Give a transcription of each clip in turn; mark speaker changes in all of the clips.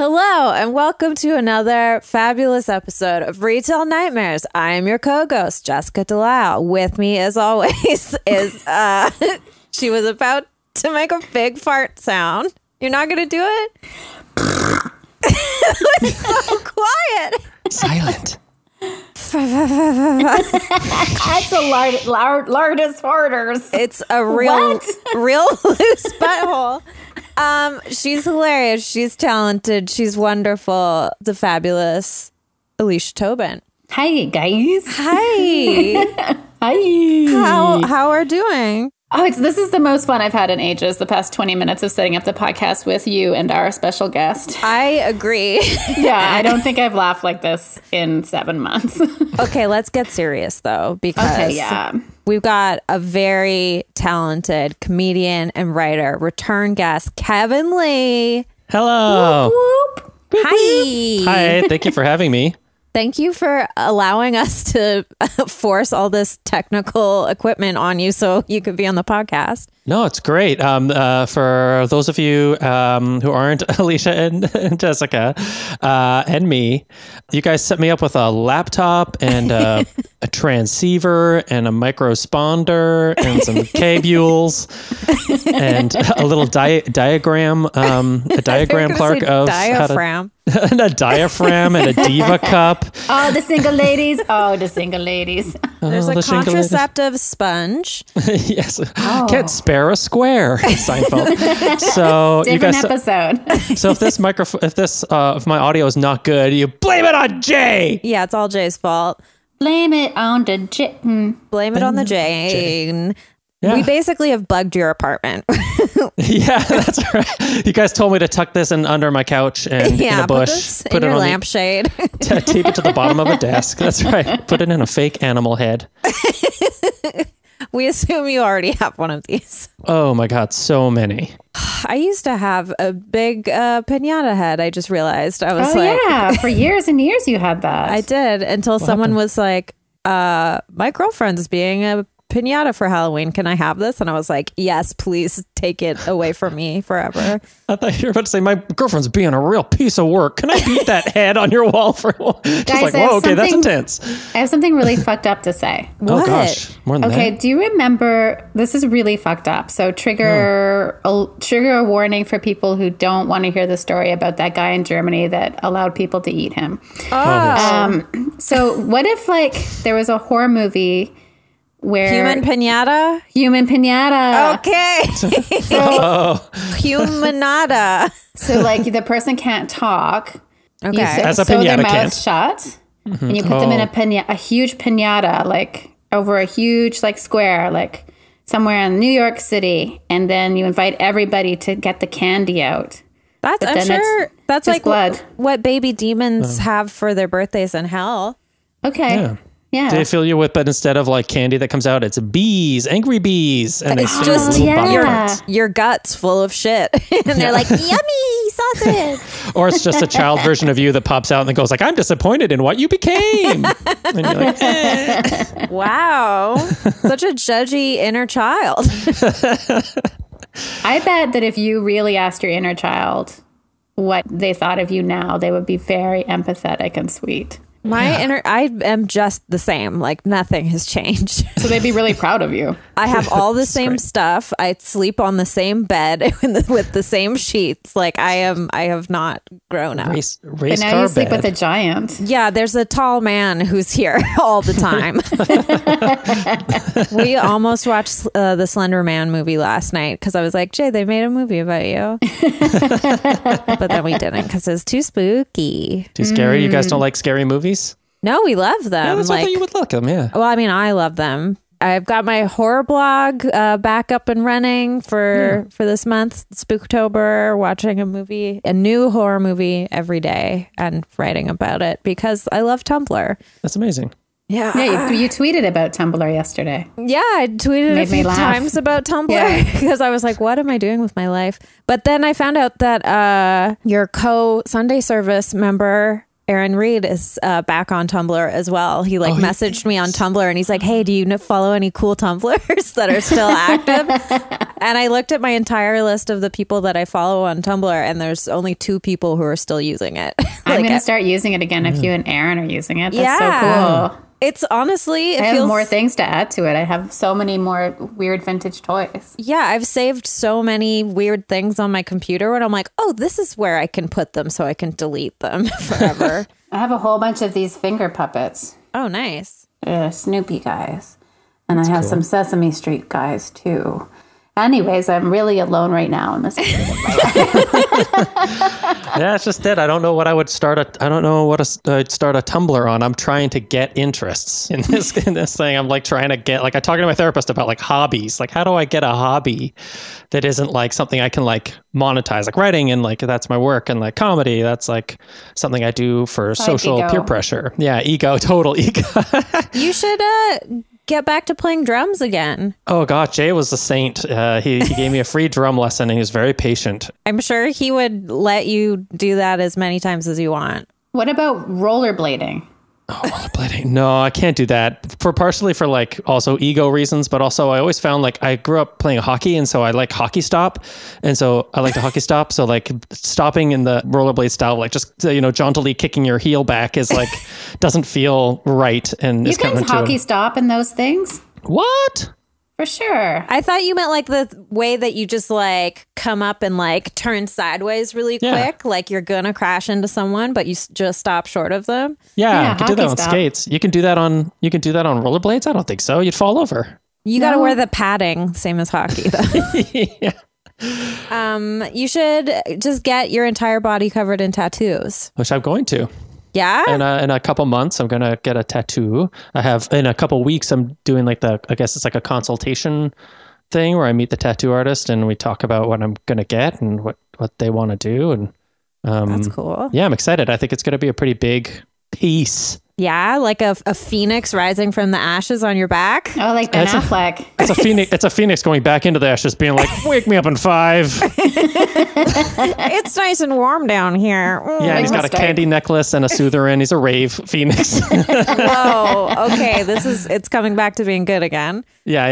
Speaker 1: and welcome to another fabulous episode of Retail Nightmares. I am your co-ghost, Jessica Delisle. With me, as always, is uh, she was about to make a big fart sound. You're not going to do it? it was so quiet.
Speaker 2: Silent.
Speaker 3: That's the lar- lar- largest hoarders.
Speaker 1: It's a real, real loose butthole. Um, she's hilarious. She's talented. She's wonderful. The fabulous Alicia Tobin.
Speaker 3: Hi, guys.
Speaker 1: Hi.
Speaker 3: Hi.
Speaker 1: how how are doing?
Speaker 3: Oh, it's, this is the most fun I've had in ages. The past 20 minutes of setting up the podcast with you and our special guest.
Speaker 1: I agree.
Speaker 3: Yeah, I don't think I've laughed like this in seven months.
Speaker 1: okay, let's get serious though, because
Speaker 3: okay, yeah.
Speaker 1: we've got a very talented comedian and writer, return guest, Kevin Lee.
Speaker 2: Hello.
Speaker 3: Whoop.
Speaker 1: Hi.
Speaker 2: Hi. Thank you for having me.
Speaker 1: Thank you for allowing us to force all this technical equipment on you so you could be on the podcast.
Speaker 2: No, it's great. Um, uh, for those of you um, who aren't Alicia and, and Jessica uh, and me, you guys set me up with a laptop and uh, a transceiver and a microsponder and some cabules and a little di- diagram, um, a diagram,
Speaker 1: You're gonna
Speaker 2: Clark,
Speaker 1: say
Speaker 2: of how to-
Speaker 1: diaphragm.
Speaker 2: and a diaphragm and a diva cup.
Speaker 3: Oh, the single ladies. Oh, the single ladies.
Speaker 1: There's
Speaker 2: Oh,
Speaker 1: a
Speaker 2: the shingle ladies.
Speaker 1: contraceptive sponge.
Speaker 2: yes.
Speaker 3: Oh.
Speaker 2: Can't spare a square, Seinfeld. so you
Speaker 3: Different
Speaker 2: guys.
Speaker 3: episode.
Speaker 2: So if this microphone, if this, uh, if my audio is not good, you blame it on Jay.
Speaker 1: Yeah, it's all Jay's fault.
Speaker 3: Blame it on the chicken.
Speaker 1: Blame it on the Jane. We
Speaker 2: Yeah.
Speaker 1: basically have bugged your apartment.
Speaker 2: yeah, that's right. You guys told me to tuck this in under my couch and in
Speaker 1: yeah,
Speaker 2: a bush,
Speaker 1: put this in your
Speaker 2: on the-
Speaker 1: lampshade.
Speaker 2: t- tape it to the bottom of a desk. That's right. Put it in a fake animal head.
Speaker 1: we assume you already have one of these.
Speaker 2: Oh my god, so many.
Speaker 1: I used to have a big uh, pinata head. I just realized. I was
Speaker 3: Oh,
Speaker 1: like,
Speaker 3: yeah. For years and years you had that.
Speaker 1: I did until someone was like, uh, my girlfriend's being a pinata for Halloween. Can I have this? And I was like, yes, please take it away from me forever.
Speaker 2: I thought you were about to say my girlfriend's being a real piece of work. Can I beat that head on your wall for? Just
Speaker 3: Guys,
Speaker 2: like
Speaker 3: I have
Speaker 2: whoa, okay, that's
Speaker 3: something-
Speaker 2: intense.
Speaker 3: I have something really fucked up to say.
Speaker 2: Oh
Speaker 1: What?
Speaker 2: gosh, more than
Speaker 3: Okay,
Speaker 2: that.
Speaker 3: do you remember this is really fucked up. So trigger a, trigger a warning for people who don't want to hear the story about that guy in Germany that allowed people to eat him. Um, So what if like there was a horror movie where
Speaker 1: Human Oh. pinata?
Speaker 3: human pinata
Speaker 1: Okay. Humanata.
Speaker 3: so like the person can't talk. You
Speaker 1: Okay. Mm-hmm. Oh.
Speaker 3: sew,
Speaker 2: As a
Speaker 3: sew their
Speaker 2: pinata
Speaker 3: mouth
Speaker 2: can't.
Speaker 3: shut and you put them in a pina- a huge pinata like over a huge like square like somewhere in New York City and then you invite everybody to get the candy out.
Speaker 1: That's I'm
Speaker 3: then it's-
Speaker 1: sure that's
Speaker 3: it's
Speaker 1: like wh-
Speaker 3: blood.
Speaker 1: what baby demons have for their birthdays in hell.
Speaker 3: Okay.
Speaker 2: Yeah.
Speaker 3: Yeah.
Speaker 2: They fill you with, but instead of like candy that comes out, it's bees, angry bees, and they
Speaker 1: It's
Speaker 2: steal
Speaker 1: just-
Speaker 2: little
Speaker 3: yeah.
Speaker 2: bottom
Speaker 3: Your-
Speaker 2: parts.
Speaker 1: Your guts full of shit. and they're like, yummy sausage.
Speaker 2: Or it's just a child version of you that pops out and goes like, "I'm disappointed in what you became." and you're like, eh.
Speaker 1: wow. Such a judgy inner child.
Speaker 3: I bet that if you really asked your inner child what they thought of you now, they would be very empathetic and sweet.
Speaker 1: My inner, I am just the same. Like nothing has changed.
Speaker 3: So they'd be really proud of you.
Speaker 1: I have all the same stuff. I sleep on the same bed with the, with the same sheets. Like I am, I have not grown up.
Speaker 2: race,
Speaker 3: But
Speaker 2: race
Speaker 3: now
Speaker 2: car
Speaker 3: you sleep
Speaker 2: bed.
Speaker 3: with a giant.
Speaker 1: Yeah, there's a tall man who's here all the time. we almost watched uh, the Slender Man movie last night because I was like, Jay, they made a movie about you. but then we didn't because it was too spooky.
Speaker 2: Too scary. You
Speaker 3: Mm.
Speaker 2: guys don't like scary movies?
Speaker 1: No, we love them.
Speaker 2: Yeah, that's what I
Speaker 1: like,
Speaker 2: thought you would like them. Yeah.
Speaker 3: oh.
Speaker 1: Well, I mean, I love them. I've got my horror blog uh, back up and running for for this month, Spooktober. Watching a movie, a new horror movie every day, and writing about it because I love Tumblr.
Speaker 2: That's amazing.
Speaker 1: Yeah, yeah.
Speaker 3: Yeah, you, you tweeted about Tumblr yesterday.
Speaker 1: I tweeted a
Speaker 3: Made me
Speaker 1: few
Speaker 3: laugh.
Speaker 1: times about Tumblr
Speaker 3: Yeah.
Speaker 1: because I was like, "What am I doing with my life?" But then I found out that uh, your co Sunday service member. Aaron Reed is uh, back on Tumblr as well. He
Speaker 3: Oh,
Speaker 1: like messaged me on Tumblr and he's like, "Hey, do you kn- follow any cool Tumblers that are still active?" and I looked at my entire list of the people that I follow on Tumblr, and there's only two people who are still using it.
Speaker 3: I'm
Speaker 1: Like,
Speaker 3: going to start using it again if you and Aaron are using it. That's
Speaker 1: Yeah.
Speaker 3: so cool.
Speaker 1: It's honestly, it
Speaker 3: I have
Speaker 1: feels
Speaker 3: more things to add to it. I have so many more weird vintage toys.
Speaker 1: Yeah, I've saved so many weird things on my computer when I'm like, oh, this is where I can put them so I can delete them forever.
Speaker 3: I have a whole bunch of these finger puppets,
Speaker 1: oh, nice.
Speaker 3: uh, Snoopy guys, and I have some Sesame Street guys too. Anyways, I'm really alone right now in this.
Speaker 2: Yeah, that's just it. I don't know what I would start a. I don't know what i I'd start a Tumblr on. I'm trying to get interests in this in this thing. I'm like trying to get like I talking to my therapist about like hobbies. Like how do I get a hobby that isn't like something I can like monetize, like writing and like that's my work and like comedy. That's like something I do for social
Speaker 3: ego.
Speaker 2: peer pressure. Yeah, ego, total ego.
Speaker 1: You should uh, get back to playing drums again.
Speaker 2: oh God, Jay was a saint. Uh, he he gave me a free drum lesson and he was very patient.
Speaker 1: I'm sure he would let you do that as many times as you want.
Speaker 3: what about rollerblading?
Speaker 2: Rollerblading. No, I can't do that. For partially for like also ego reasons, but also I always found like I grew up playing hockey and so I like hockey stop. And so I like to hockey stop. So like stopping in the rollerblade style, like just you know, jauntily kicking your heel back is like doesn't feel right and
Speaker 3: You
Speaker 2: is
Speaker 3: guys
Speaker 2: kind of
Speaker 3: hockey stop and those things
Speaker 2: What?
Speaker 3: for sure.
Speaker 1: I thought you meant like the th- way that you just like come up and like turn sideways really
Speaker 2: Yeah.
Speaker 1: quick, like you're gonna crash into someone, but you s- just stop short of them.
Speaker 2: Yeah,
Speaker 3: Yeah,
Speaker 2: you can do that
Speaker 3: hockey
Speaker 2: on
Speaker 3: stop.
Speaker 2: skates. You can do that on you can do that on rollerblades? I don't think so. You'd fall over.
Speaker 1: You got to wear the padding, same as hockey, though.
Speaker 2: yeah.
Speaker 1: Um, you should just get your entire body covered in tattoos.
Speaker 2: Which I'm going to.
Speaker 1: Yeah.
Speaker 2: in a, in a couple months i'm gonna get a tattoo i have in a couple weeks i'm doing like the i guess it's like a consultation thing where i meet the tattoo artist and we talk about what i'm gonna get and what what they want to do and um
Speaker 1: That's cool.
Speaker 2: yeah i'm excited i think it's gonna be a pretty big piece
Speaker 1: Yeah, like a, a phoenix rising from the ashes on your back.
Speaker 3: Oh, like Ben
Speaker 2: That's a-
Speaker 3: Affleck.
Speaker 2: it's a phoenix it's a phoenix going back into the ashes being like wake me up in five
Speaker 1: it's nice and warm down here. Mm.
Speaker 2: yeah and he's got a
Speaker 3: mistake.
Speaker 2: candy necklace and a sootherin he's a rave phoenix
Speaker 1: Whoa. Okay, this is it's coming back to being good again.
Speaker 2: yeah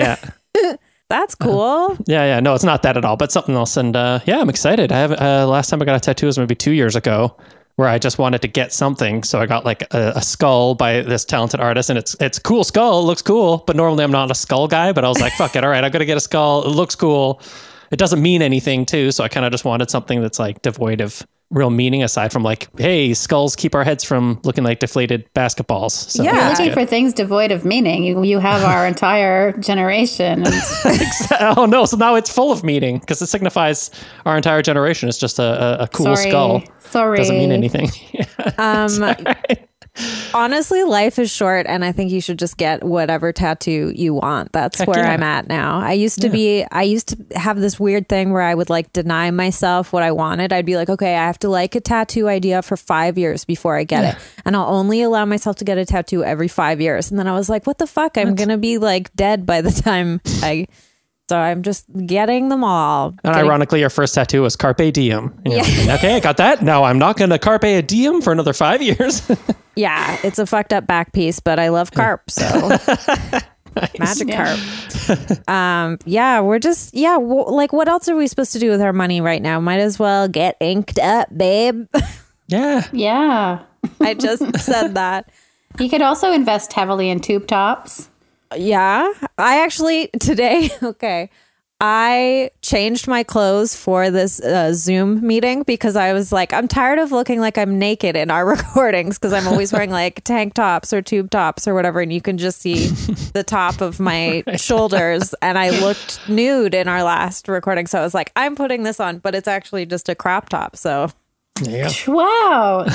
Speaker 2: yeah
Speaker 1: That's cool.
Speaker 2: Yeah, yeah. No, it's not that at all, but something else. And uh, yeah, I'm excited. I have uh, last time I got a tattoo was maybe two years ago, where I just wanted to get something, so I got like a, a skull by this talented artist, and it's it's cool skull, it looks cool. But normally I'm not a skull guy, but I was like, fuck it, all right, I'm gonna get a skull. It looks cool. It doesn't mean anything too, so I kind of just wanted something that's like devoid of real meaning aside from like, hey, skulls keep our heads from looking like deflated basketballs. So
Speaker 1: Yeah.
Speaker 3: You're
Speaker 2: that's
Speaker 3: looking
Speaker 2: good.
Speaker 3: for things devoid of meaning. You, you have our entire generation. And
Speaker 2: oh no! So now it's full of meaning because it signifies our entire generation is just a, a, a cool
Speaker 3: sorry,
Speaker 2: skull.
Speaker 3: sorry.
Speaker 2: Doesn't mean anything.
Speaker 1: Um honestly, life is short and I think you should just get whatever tattoo you want. That's
Speaker 2: Heck
Speaker 1: where
Speaker 2: yeah.
Speaker 1: I'm at now. I used to be I used to have this weird thing where I would like deny myself what I wanted. I'd be like, "Okay, I have to like a tattoo idea for 5 years before I get it." And I'll only allow myself to get a tattoo every 5 years. And then I was like, "What the fuck? I'm going to be like dead by the time I So I'm just getting them all.
Speaker 2: and
Speaker 1: Getting-
Speaker 2: ironically, your first tattoo was carpe diem. You know, okay, I got that. Now I'm not going to carpe a diem for another five years.
Speaker 1: Yeah, it's a fucked up back piece, but I love carp, so magic carp. um, yeah, we're just yeah, w- like what else are we supposed to do with our money right now? Might as well get inked up, babe.
Speaker 2: yeah.
Speaker 3: Yeah.
Speaker 1: I just said that.
Speaker 3: You could also invest heavily in tube tops.
Speaker 1: Yeah, I actually today. Okay, I changed my clothes for this uh, Zoom meeting because I was like, I'm tired of looking like I'm naked in our recordings because I'm always wearing like tank tops or tube tops or whatever, and you can just see the top of my shoulders. And I looked nude in our last recording, so I was like, I'm putting this on, but it's actually just a crop top. So
Speaker 2: Yeah.
Speaker 3: Wow.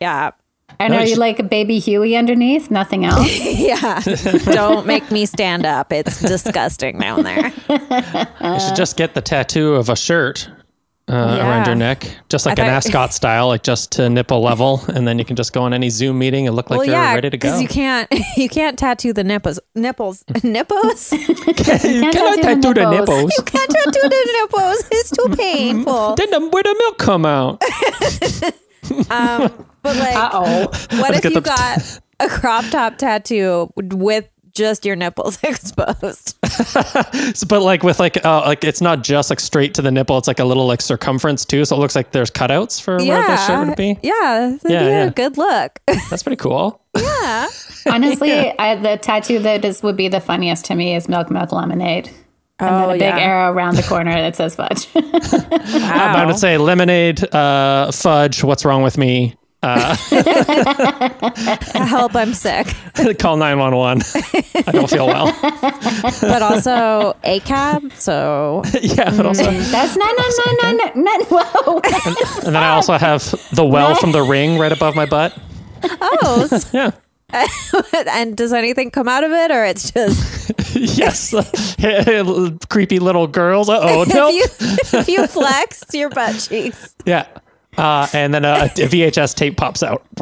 Speaker 1: yeah,
Speaker 3: And are
Speaker 2: Nice.
Speaker 3: you like a baby Huey underneath? Nothing else?
Speaker 1: yeah. Don't make me stand up. It's disgusting down there.
Speaker 2: You should just get the tattoo of a shirt uh,
Speaker 1: Yeah.
Speaker 2: around your neck, just like an
Speaker 1: thought-
Speaker 2: ascot style, like just to nipple level, and then you can just go on any Zoom meeting and look like you're ready to go.
Speaker 1: you can't you can't tattoo the nipples nipples nipples. you
Speaker 2: can,
Speaker 3: tattoo the nipples.
Speaker 1: can't tattoo the nipples. It's too painful.
Speaker 2: Then the, where the milk come out?
Speaker 1: But like,
Speaker 3: Uh oh.
Speaker 1: what
Speaker 2: Let's
Speaker 1: if
Speaker 2: get
Speaker 1: you
Speaker 2: the-
Speaker 1: got a crop top tattoo with just your nipples exposed.
Speaker 2: So- but like with like uh, like it's not just like straight to the nipple. It's like a little like circumference too. So it looks like there's cutouts for where the shirt would be.
Speaker 1: Yeah. That'd
Speaker 2: Yeah,
Speaker 1: be
Speaker 2: yeah.
Speaker 1: a good look.
Speaker 2: That's pretty cool.
Speaker 1: yeah.
Speaker 3: Honestly, I, the tattoo that is would be the funniest to me is milk, milk, lemonade. And then
Speaker 1: Oh,
Speaker 3: a big
Speaker 1: yeah.
Speaker 3: arrow around the corner that says fudge.
Speaker 2: I'm
Speaker 1: Wow.
Speaker 2: about to say lemonade, uh, fudge. What's wrong with me?
Speaker 1: Help, I'm sick.
Speaker 2: Call nine one one. I don't feel well.
Speaker 1: But also a cab. So
Speaker 2: yeah, but also, and
Speaker 3: That's no, no, no, no, no, no. Whoa.
Speaker 2: then I also have the well from the ring right above my butt.
Speaker 1: oh, s-
Speaker 2: Yeah.
Speaker 1: and does anything come out of it, or it's just
Speaker 2: yes. Creepy little girls. Uh oh.
Speaker 1: if
Speaker 2: No.
Speaker 1: you if you flex your butt cheeks?
Speaker 2: Yeah. Uh, and then a, a VHS tape pops out.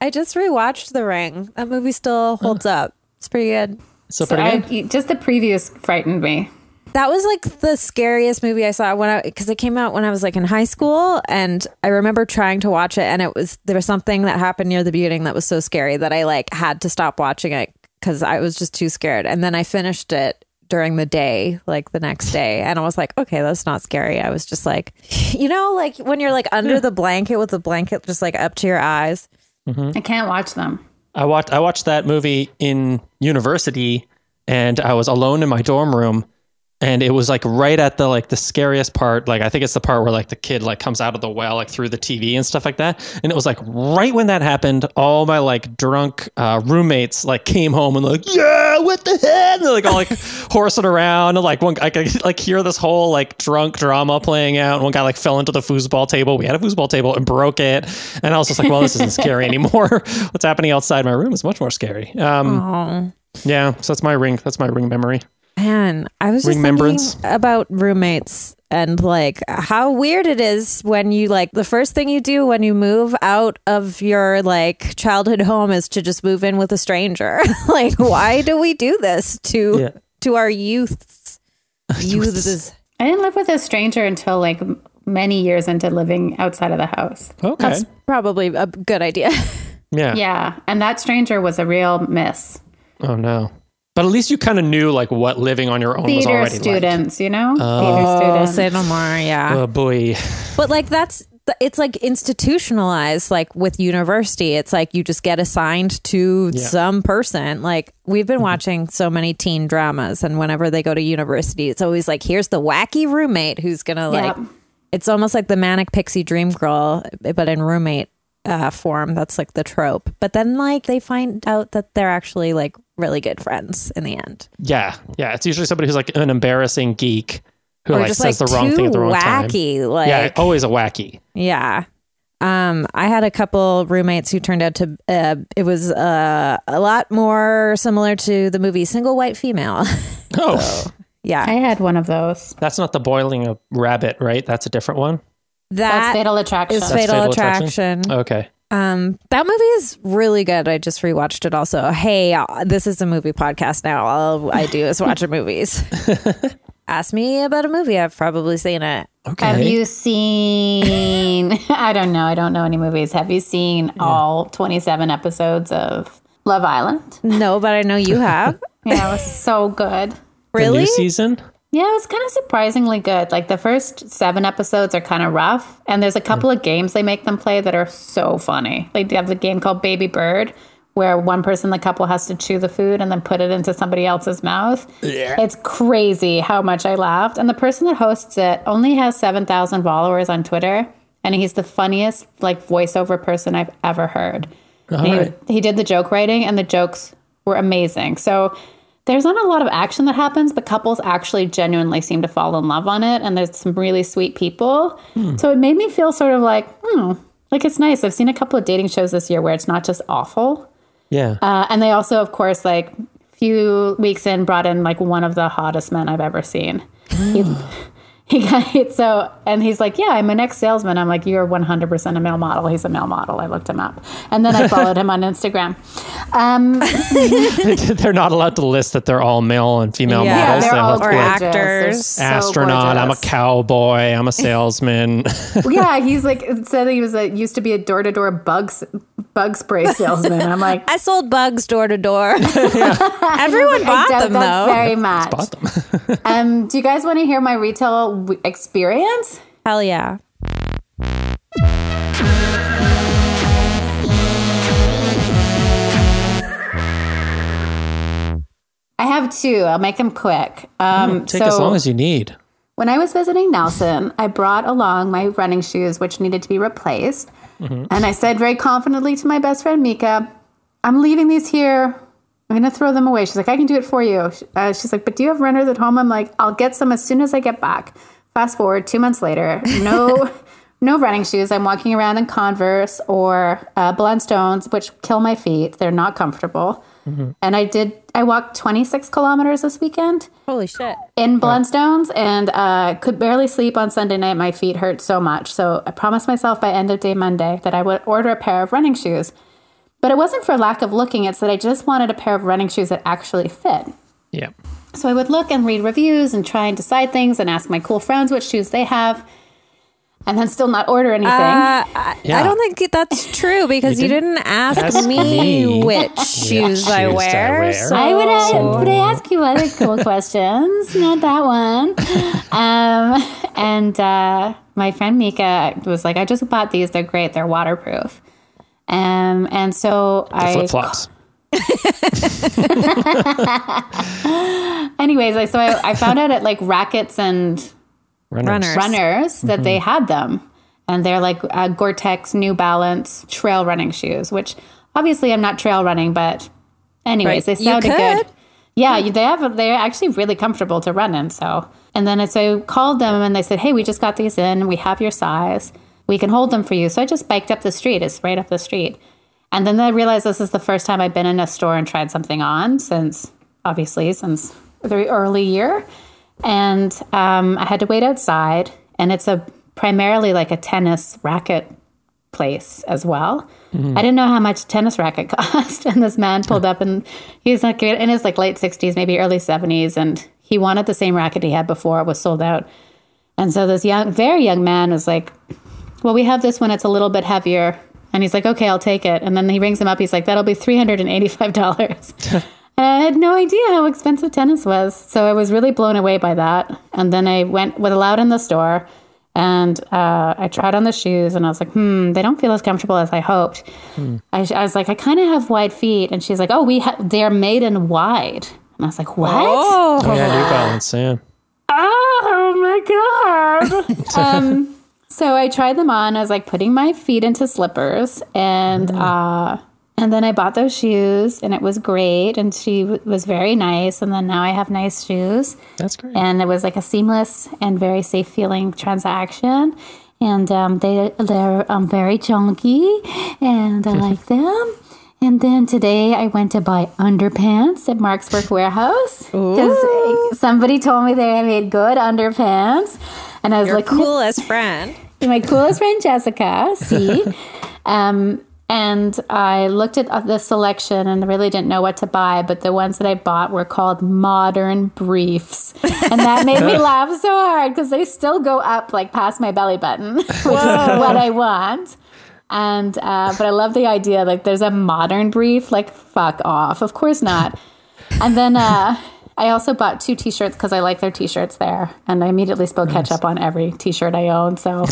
Speaker 1: I just rewatched The Ring. That movie still holds up. It's pretty good.
Speaker 2: So
Speaker 3: So
Speaker 2: pretty
Speaker 3: I,
Speaker 2: good.
Speaker 3: just the previews frightened me.
Speaker 1: That was like the scariest movie I saw when I because it came out when I was like in high school, and I remember trying to watch it, and it was there was something that happened near the beginning that was so scary that I like had to stop watching it because I was just too scared. And then I finished it during the day, like the next day, and I was like, okay, that's not scary. I was just like, you know, like when you're like under the blanket with the blanket just like up to your eyes.
Speaker 2: Hmm.
Speaker 3: I can't watch them.
Speaker 2: I watched I watched that movie in university and I was alone in my dorm room and it was like right at the like the scariest part like I think it's the part where like the kid like comes out of the well like through the TV and stuff like that and it was like right when that happened all my like drunk uh, roommates like came home and like yeah what the heck and they're like all like horsing around and like one I could like hear this whole like drunk drama playing out and one guy like fell into the foosball table we had a foosball table and broke it and I was just like well this isn't scary anymore what's happening outside my room is much more scary um
Speaker 1: Oh
Speaker 2: yeah so that's my ring that's my ring memory
Speaker 1: man, I was just
Speaker 2: Remembrance.
Speaker 1: thinking about roommates and like how weird it is when you like the first thing you do when you move out of your like childhood home is to just move in with a stranger. like, why do we do this to
Speaker 2: Yeah.
Speaker 1: to our youths? Youths.
Speaker 3: I didn't live with a stranger until like m- many years into living outside of the house.
Speaker 2: okay
Speaker 1: That's probably a good idea.
Speaker 2: yeah
Speaker 3: Yeah. And that stranger was a real miss.
Speaker 2: Oh no. But at least you kind of knew like what living on your own was
Speaker 3: Theater
Speaker 2: already Oh. like.
Speaker 3: students, you know?
Speaker 1: Oh,
Speaker 3: Theater students.
Speaker 1: no more. Yeah.
Speaker 2: Oh boy.
Speaker 1: But like that's th- it's like institutionalized like with university it's like you just get assigned to some person like we've
Speaker 2: Mm-hmm.
Speaker 1: been watching so many teen dramas and whenever they go to university it's always like here's the wacky roommate who's gonna like
Speaker 3: Yeah.
Speaker 1: it's almost like the manic pixie dream girl but in roommate uh, form that's like the trope but then like they find out that they're actually like really good friends in the end
Speaker 2: Yeah. Yeah. It's usually somebody who's like an embarrassing geek who like
Speaker 1: just
Speaker 2: says
Speaker 1: like
Speaker 2: the wrong thing
Speaker 1: too
Speaker 2: at the wrong time.
Speaker 1: wacky like
Speaker 2: yeah, always a wacky.
Speaker 1: Yeah. Um, I had a couple roommates who turned out to, uh, it was uh, a lot more similar to the movie Single White Female.
Speaker 2: Oh,
Speaker 1: yeah.
Speaker 3: I had one of those.
Speaker 2: that's not the boiling a rabbit, right? That's a different one.
Speaker 1: That
Speaker 3: That's Fatal Attraction.
Speaker 1: is Fatal,
Speaker 2: Fatal Uh,
Speaker 1: Attraction.
Speaker 2: Okay.
Speaker 1: Um, that movie is really good. I just rewatched it also. Hey, uh, this is a movie podcast now. All I do is watch movies. Ask me about a movie. I've probably seen it.
Speaker 2: Okay.
Speaker 3: Have you seen? I don't know. I don't know any movies. Have you seen all 27 episodes of Love Island?
Speaker 1: No, but I know you have.
Speaker 3: Yeah, it was so good.
Speaker 2: the
Speaker 1: Really?
Speaker 2: new season?
Speaker 3: Yeah, it was kind of surprisingly good. Like the first seven episodes are kind of rough, and there's a couple of games they make them play that are so funny. Like they have the game called Baby Bird, where one person in the couple has to chew the food and then put it into somebody else's mouth. It's crazy how much I laughed. And the person that hosts it only has seven thousand followers on Twitter, and he's the funniest like voiceover person I've ever heard. And he,
Speaker 2: right.
Speaker 3: he did the joke writing, and the jokes were amazing. So there's not a lot of action that happens, but couples actually genuinely seem to fall in love on it, and there's some really sweet people. So it made me feel sort of like, hmm, like it's nice. I've seen a couple of dating shows this year where it's not just awful.
Speaker 2: Yeah.
Speaker 3: Uh, and they also, of course, like
Speaker 2: Mm.
Speaker 3: few weeks in, brought in like one of the hottest men I've ever seen. He, he got it so and he's like yeah i'm an ex-salesman i'm like you're 100% a male model he's a male model i looked him up and then i followed him on instagram um,
Speaker 2: they're not allowed to list that they're all male and female
Speaker 1: Yeah,
Speaker 2: models.
Speaker 3: they're
Speaker 2: They
Speaker 3: all
Speaker 2: have,
Speaker 1: Or
Speaker 2: like,
Speaker 3: gorgeous. They're
Speaker 1: actors.
Speaker 3: so
Speaker 2: astronaut. I'm a
Speaker 3: gorgeous.
Speaker 2: cowboy. I'm a salesman.
Speaker 3: yeah he's like said he was a used to be a door-to-door bug s- bug spray salesman i'm like
Speaker 1: I sold bugs door to door. Everyone
Speaker 3: I
Speaker 1: bought
Speaker 3: doubt
Speaker 1: them
Speaker 3: that
Speaker 1: though.
Speaker 3: very much
Speaker 2: Bought them.
Speaker 3: um, do you guys want to hear my retail w- experience
Speaker 1: Hell yeah.
Speaker 3: i have two i'll make them quick um,
Speaker 2: Mm-hmm. Take
Speaker 3: so
Speaker 2: as long as you need.
Speaker 3: When I was visiting Nelson, I brought along my running shoes, which needed to be replaced. And I said very confidently to my best friend, Mika, I'm leaving these here. I'm going to throw them away. She's like, I can do it for you. Sh- Uh, she's like, but do you have renters at home? I'm like, I'll get some as soon as I get back. Fast forward two months later, no. No running shoes. I'm walking around in Converse or uh, Blundstones, which kill my feet. They're not comfortable. And I did. I walked 26 kilometers this weekend
Speaker 1: Holy shit.
Speaker 3: in Blundstones and uh, could barely sleep on Sunday night. My feet hurt so much. So I promised myself by end of day Monday that I would order a pair of running shoes. But it wasn't for lack of looking, it's that I just wanted a pair of running shoes that actually fit.
Speaker 2: Yeah.
Speaker 3: So I would look and read reviews and try and decide things and ask my cool friends what shoes they have and then still not order anything.
Speaker 1: Uh, I,
Speaker 2: Yeah.
Speaker 1: I don't think that's true because you, didn't, ask,
Speaker 2: ask
Speaker 1: me,
Speaker 2: me
Speaker 1: which shoes
Speaker 2: shoes I
Speaker 1: I wear.
Speaker 2: wear.
Speaker 1: so-
Speaker 3: I would, ask, would I ask you other cool questions? Not that one. Um, and uh, my friend Mika was like, I just bought these. They're great. They're waterproof. Um, and so I,
Speaker 2: Flip flops.
Speaker 3: anyways, I, so I, I found out at like Rackets and
Speaker 1: Runners.
Speaker 3: Runners that they had them. And they're like uh, Gore Tex New Balance trail running shoes, which obviously I'm not trail running, but anyways,
Speaker 1: Right.
Speaker 3: they
Speaker 1: You
Speaker 3: sounded
Speaker 1: could.
Speaker 3: good. Yeah, you- they have. They're actually really comfortable to run in. So, and then I- so I called them and they said, "Hey, we just got these in. We have your size. We can hold them for you." So I just biked up the street. It's right up the street. And then I realized this is the first time I've been in a store and tried something on since, obviously, since the early year. And um, I had to wait outside. And it's a primarily like a tennis racket place as well. I didn't know how much tennis racket cost, and this man pulled up and he's like in his like late sixties, maybe early seventies, and he wanted the same racket he had before. It was sold out, and so this young, very young man was like, "Well, we have this one. It's a little bit heavier." And he's like, "Okay, I'll take it." And then he rings him up. He's like, "That'll be three hundred and eighty-five dollars." And I had no idea how expensive tennis was. So I was really blown away by that. And then I went with Loud in the store and uh, I tried on the shoes and I was like, hmm, they don't feel as comfortable as I hoped. I, I was like, I kind of have wide feet. And she's like, oh, we ha- they're made in wide. And I was like, what?
Speaker 1: Oh,
Speaker 2: Oh, yeah, New Balance. Yeah.
Speaker 3: oh my god um so i tried them on i was like putting my feet into slippers and uh and then i bought those shoes and it was great and she w- was very nice and then now i have nice shoes
Speaker 2: That's great.
Speaker 3: and it was like a seamless and very safe feeling transaction and um, they they're um, very chunky and i like them and then today i went to buy underpants at mark's work warehouse because somebody told me they made good underpants and i was
Speaker 1: your
Speaker 3: like
Speaker 1: coolest friend.
Speaker 3: my coolest friend Jessica. See, um, and I looked at uh, the selection and really didn't know what to buy, but the ones that I bought were called modern briefs, and that made me laugh so hard because they still go up like past my belly button, which is what I want. And uh, but I love the idea. Like, there's a modern brief. Like, fuck off. Of course not. And then uh, I also bought two T-shirts because I like their T-shirts there, and I immediately spilled ketchup on every T-shirt I owned. So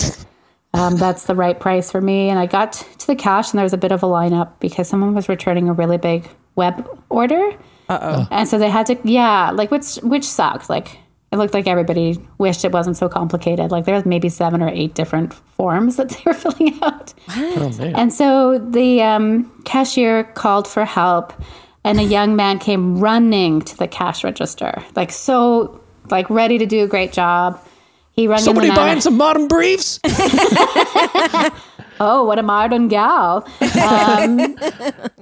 Speaker 3: um, that's the right price for me. And I got to the cash, and there was a bit of a lineup because someone was returning a really big web order. Uh oh. And so they had to, yeah, like which which sucked. Like it looked like everybody wished it wasn't so complicated. Like there was maybe seven or eight different forms that they were filling out.
Speaker 2: oh, man.
Speaker 3: And so the um, cashier called for help, and a young man came running to the cash register, like so, like ready to do a great job. He rung
Speaker 2: Somebody
Speaker 3: in the
Speaker 2: buying
Speaker 3: manager.
Speaker 2: some modern briefs?
Speaker 3: Oh, what a modern gal. Um,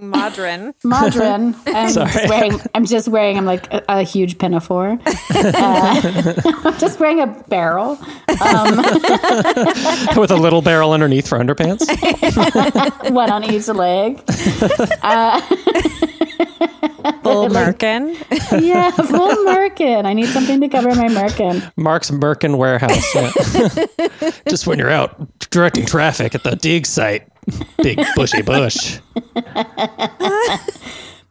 Speaker 1: Modern.
Speaker 3: Modern. I'm just wearing. I'm just wearing. I'm like a, a huge pinafore. Uh, I'm just wearing a barrel. um,
Speaker 2: with a little barrel underneath for underpants.
Speaker 3: one on each leg.
Speaker 1: Bull Merkin.
Speaker 3: Yeah, full merkin. I need something to cover my merkin.
Speaker 2: Mark's Merkin Warehouse. yeah. Just when you're out directing traffic at the dig site, big bushy bush.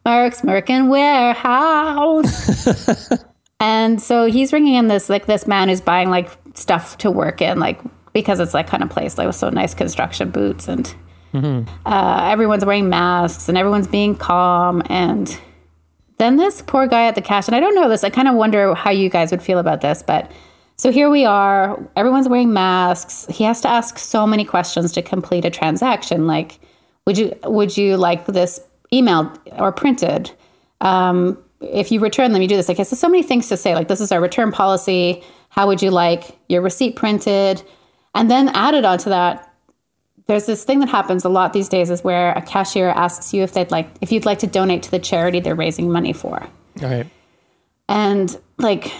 Speaker 3: Mark's Merkin Warehouse. and so he's ringing in this like this man who's buying like stuff to work in like because it's that kind of place like with so nice construction boots and uh, everyone's wearing masks and everyone's being calm and then this poor guy at the cash and I don't know this I kind of wonder how you guys would feel about this but so here we are everyone's wearing masks he has to ask so many questions to complete a transaction like would you would you like this emailed or printed um, if you return them, you do this. Like, so so many things to say. Like, this is our return policy. How would you like your receipt printed? And then added onto that, there's this thing that happens a lot these days is where a cashier asks you if they'd like if you'd like to donate to the charity they're raising money for.
Speaker 2: All right.
Speaker 3: And like,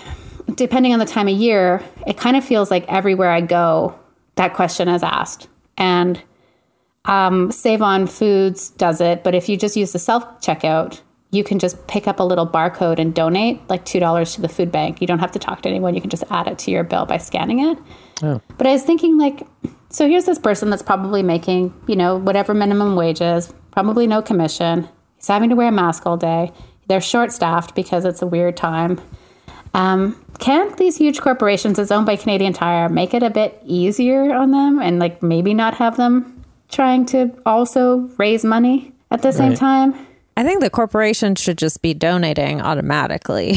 Speaker 3: depending on the time of year, it kind of feels like everywhere I go, that question is asked. And um, Save On Foods does it, but if you just use the self checkout, you can just pick up a little barcode and donate like $2 to the food bank. You don't have to talk to anyone. You can just add it to your bill by scanning it. But I was thinking, like, so here's this person that's probably making, you know, whatever minimum wage is, probably no commission. He's having to wear a mask all day. They're short staffed because it's a weird time. Um, can't these huge corporations that's owned by Canadian Tire make it a bit easier on them and, like, maybe not have them trying to also raise money at the same
Speaker 2: Right.
Speaker 3: time?
Speaker 1: I think the corporation should just be donating automatically.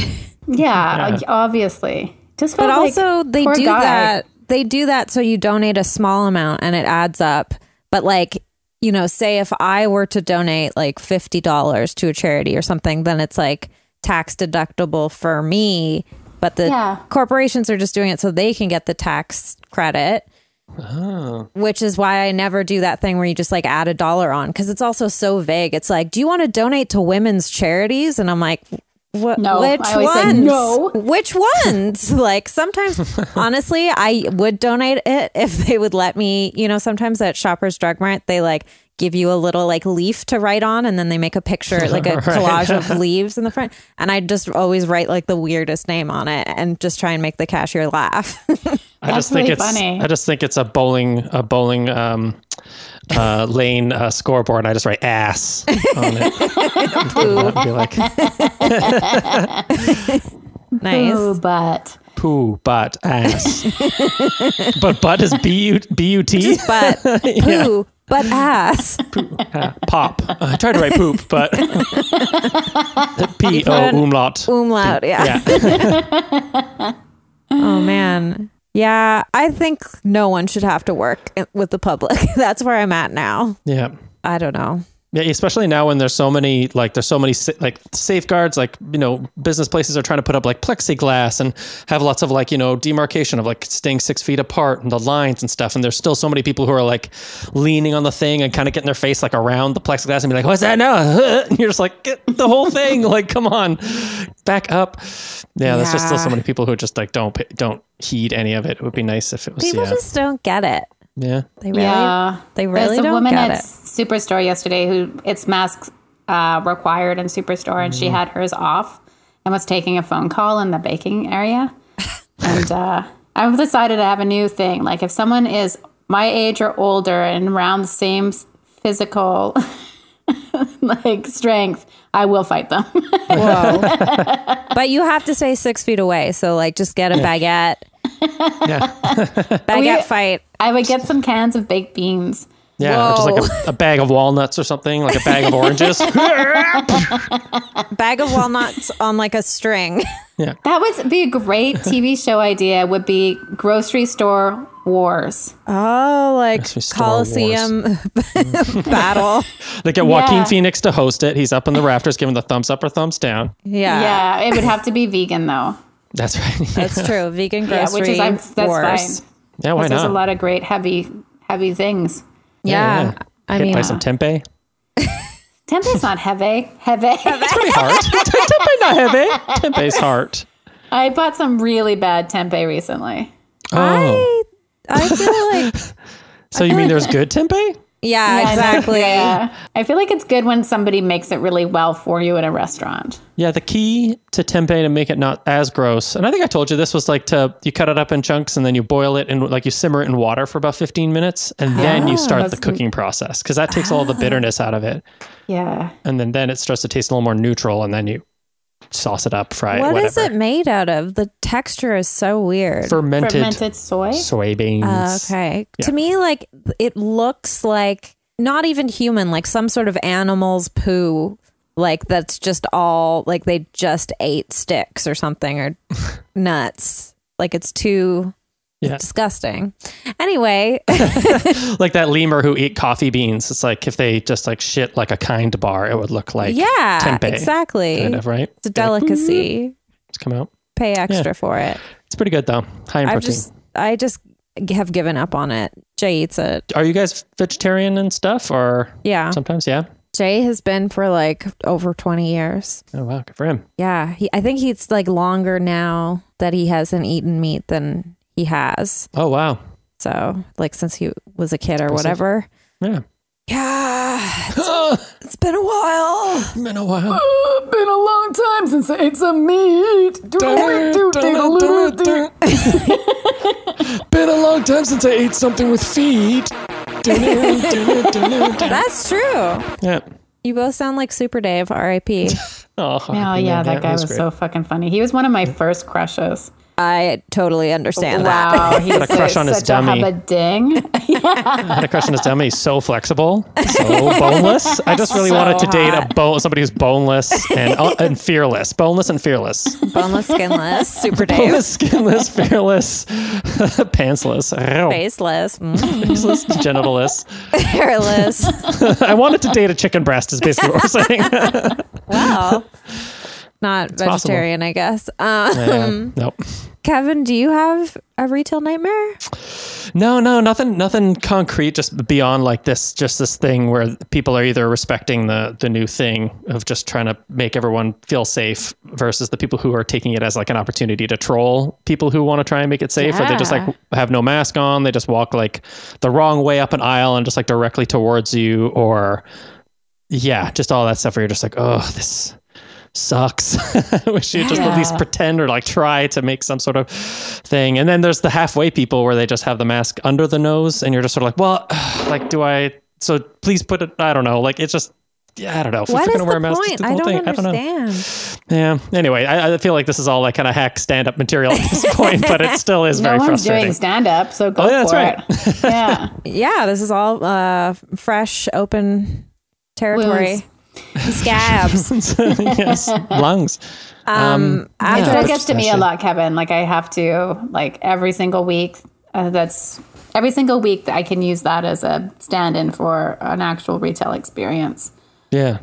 Speaker 3: Yeah, obviously. Just
Speaker 1: But
Speaker 3: felt like,
Speaker 1: also they
Speaker 3: poor
Speaker 1: do
Speaker 3: guy.
Speaker 1: that they do that so you donate a small amount and it adds up. But like, you know, say if I were to donate like $50 to a charity or something, then it's like tax deductible for me, but the
Speaker 3: Yeah.
Speaker 1: corporations are just doing it so they can get the tax credit. Which is why I never do that thing where you just like add a dollar on because it's also so vague. It's like, do you want to donate to women's charities? And I'm like, what?
Speaker 3: No, I
Speaker 1: which
Speaker 3: always say
Speaker 1: ones?
Speaker 3: no.
Speaker 1: Which ones? like sometimes, honestly, I would donate it if they would let me. You know, sometimes at Shoppers Drug Mart, they like give you a little like leaf to write on, and then they make a picture, like a collage of leaves in the front. And I just always write like the weirdest name on it, and just try and make the cashier laugh.
Speaker 2: I
Speaker 3: That's
Speaker 2: just think
Speaker 3: really
Speaker 2: it's
Speaker 3: funny.
Speaker 2: I just think it's a bowling a bowling um, uh, lane uh, scoreboard. And I just write ass on it. I'd be like
Speaker 1: nice.
Speaker 3: Ooh, but
Speaker 2: poo butt ass, but butt is b u b u t
Speaker 1: But poo, but ass.
Speaker 2: Uh, pop. I tried to write poop, but p o
Speaker 1: an
Speaker 2: umlaut.
Speaker 1: umlaut. Yeah.
Speaker 2: Yeah,
Speaker 1: Oh man. Yeah, I think no one should have to work i- with the public. That's where I'm at now.
Speaker 2: yeah.
Speaker 1: I don't know.
Speaker 2: Yeah, especially now when there's so many like there's so many sa- like safeguards like you know business places are trying to put up like plexiglass and have lots of like you know demarcation of like staying six feet apart and the lines and stuff and there's still so many people who are like leaning on the thing and kind of getting their face like around the plexiglass and be like what's that now and you're just like get the whole thing like come on back up yeah, there's just still so
Speaker 1: Yeah.
Speaker 2: many people who just like don't pay, don't heed any of it it would be nice if it was
Speaker 1: People
Speaker 2: yeah
Speaker 1: just don't get it.
Speaker 2: yeah
Speaker 1: They really
Speaker 3: yeah,
Speaker 1: they really
Speaker 3: There's a
Speaker 1: don't
Speaker 3: woman
Speaker 1: get
Speaker 3: at
Speaker 1: it.
Speaker 3: Superstore yesterday who it's masks uh, required in Superstore, and
Speaker 1: Mm.
Speaker 3: she had hers off and was taking a phone call in the baking area. and uh, I've decided to have a new thing. Like if someone is my age or older and around the same s- physical like strength, I will fight them.
Speaker 1: But you have to stay six feet away. So like just get a baguette.
Speaker 2: yeah
Speaker 1: Baguette
Speaker 3: We-
Speaker 1: fight.
Speaker 3: I would get some cans of baked beans.
Speaker 2: yeah or just like a, a bag of walnuts or something like a bag of oranges
Speaker 1: Bag of walnuts on like a string.
Speaker 3: That would be a great TV show idea. Would be grocery store wars.
Speaker 1: Oh, like
Speaker 2: just Star Wars.
Speaker 1: Coliseum battle.
Speaker 2: They get Joaquin
Speaker 3: Yeah.
Speaker 2: Phoenix to host it. He's up in the rafters giving the thumbs up or thumbs down.
Speaker 1: Yeah.
Speaker 3: yeah, it would have to be vegan though.
Speaker 2: That's right.
Speaker 1: That's true. Vegan
Speaker 3: Yeah,
Speaker 1: grocery
Speaker 3: which is I'm, that's
Speaker 1: wars.
Speaker 3: fine.
Speaker 2: yeah, why
Speaker 3: There's a
Speaker 2: not?
Speaker 3: lot of great heavy heavy things.
Speaker 1: Yeah. I
Speaker 2: Hit
Speaker 1: mean, uh,
Speaker 2: by some tempeh.
Speaker 3: Tempe's not heavy. Heavy.
Speaker 2: It's pretty hard. tempeh not heavy. Tempeh's hard.
Speaker 3: I bought some really bad tempeh recently.
Speaker 2: Oh,
Speaker 1: I, I feel like,
Speaker 2: so you mean there's good tempeh?
Speaker 1: yeah, exactly.
Speaker 3: Yeah. I feel like it's good when somebody makes it really well for you at a restaurant.
Speaker 2: Yeah, the key to tempeh to make it not as gross, and I think I told you this was like to you cut it up in chunks and then you boil it and like you simmer it in water for about 15 minutes
Speaker 1: Ah,
Speaker 2: and then you start the cooking process because that takes all the bitterness out of it
Speaker 3: Yeah.
Speaker 2: and then then it starts to taste a little more neutral and then you sauce it up, fry it,
Speaker 1: What
Speaker 2: whatever.
Speaker 1: is it made out of? The texture is so weird.
Speaker 2: Fermented,
Speaker 3: Fermented soy.
Speaker 2: soybeans.
Speaker 1: Uh, okay. To me, like it looks like not even human, like some sort of animal's poo. Like that's just all like they just ate sticks or something or nuts. Like it's too
Speaker 2: Yeah.
Speaker 1: disgusting. Anyway,
Speaker 2: Like that lemur who eat coffee beans. It's like if they just like shit like a kind bar, it would look like
Speaker 1: yeah,
Speaker 2: tempeh,
Speaker 1: exactly.
Speaker 2: kind of, right?
Speaker 1: It's a delicacy.
Speaker 2: Just come out.
Speaker 1: Pay extra for it.
Speaker 2: It's pretty good though. High in
Speaker 1: I've
Speaker 2: protein.
Speaker 1: just I just have given up on it. Jay eats it.
Speaker 2: Are you guys vegetarian and stuff or
Speaker 3: Oh.
Speaker 1: Yeah.
Speaker 2: sometimes? Yeah.
Speaker 1: Jay has been for like over 20 years.
Speaker 2: Oh wow, good for him.
Speaker 1: Yeah, he, I think he's like longer now that he hasn't eaten meat than he has.
Speaker 2: Oh wow.
Speaker 1: So, like since he was a kid or whatever.
Speaker 2: Yeah.
Speaker 1: Yeah, it's been a while.
Speaker 2: Been a while.
Speaker 3: been a long time since I ate some meat.
Speaker 2: Been a long time since I ate something with feet. yeah.
Speaker 1: That's true. You both sound like Super Dave, R.I.P.
Speaker 2: Oh,
Speaker 3: Oh
Speaker 2: I
Speaker 3: yeah,
Speaker 2: remember
Speaker 3: that guy was,
Speaker 2: great.
Speaker 3: so fucking funny. He was one of my first crushes.
Speaker 1: I totally understand that.
Speaker 3: Wow, he's
Speaker 2: a crush on his
Speaker 3: such
Speaker 2: dummy.
Speaker 3: a hubba ding.
Speaker 2: I had a crush on his dummy. He's so flexible, so boneless. I just really
Speaker 3: So
Speaker 2: wanted to date a
Speaker 3: hot.
Speaker 2: bone somebody who's boneless and uh, and fearless, boneless and fearless,
Speaker 1: Boneless, skinless, Super Dave,
Speaker 2: boneless, skinless, fearless, pantsless, Ow.
Speaker 1: faceless, mm,
Speaker 2: faceless, genitalless.
Speaker 1: hairless.
Speaker 2: I wanted to date a chicken breast. Is basically what we're saying.
Speaker 1: Wow. Oh. Not
Speaker 2: possible.
Speaker 1: vegetarian, I guess. Um,
Speaker 2: Yeah. nope.
Speaker 1: Kevin, do you have a retail nightmare?
Speaker 2: No, no, nothing, nothing concrete. Just beyond like this, just this thing where people are either respecting the the new thing of just trying to make everyone feel safe versus the people who are taking it as like an opportunity to troll people who want to try and make it safe, or they just
Speaker 1: Yeah.
Speaker 2: like have no mask on, they just walk like the wrong way up an aisle and just like directly towards you, or yeah, just all that stuff where you're just like, oh, this sucks. I wish you just at least
Speaker 3: Yeah.
Speaker 2: pretend or like try to make some sort of thing. And then there's the halfway people where they just have the mask under the nose and you're just sort of like, well, like, do I? So please put it, I don't know. Like, it's just, yeah, I don't know. If
Speaker 1: What
Speaker 2: you're
Speaker 1: is
Speaker 2: gonna
Speaker 1: the
Speaker 2: wear a mask, just
Speaker 1: point?
Speaker 2: do the
Speaker 1: I
Speaker 2: whole
Speaker 1: don't
Speaker 2: thing. know.
Speaker 1: understand.
Speaker 2: Yeah. Anyway, I, I feel like this is all like kind of hack stand up material at this point, but it still is
Speaker 3: no
Speaker 2: very
Speaker 3: one's
Speaker 2: frustrating.
Speaker 3: doing stand up, so go
Speaker 2: Oh, yeah, that's
Speaker 3: for
Speaker 2: right.
Speaker 3: it. Yeah.
Speaker 1: Yeah, this is all uh, fresh, open territory. Scabs.
Speaker 2: yes. Lungs.
Speaker 1: um,
Speaker 3: It
Speaker 1: after-
Speaker 3: still
Speaker 2: but
Speaker 3: gets to me
Speaker 2: that's
Speaker 3: a
Speaker 2: it.
Speaker 3: lot, Kevin. Like I have to like every single week. Uh, that's every single week that I can use that as a stand-in for an actual retail experience.
Speaker 2: Yeah.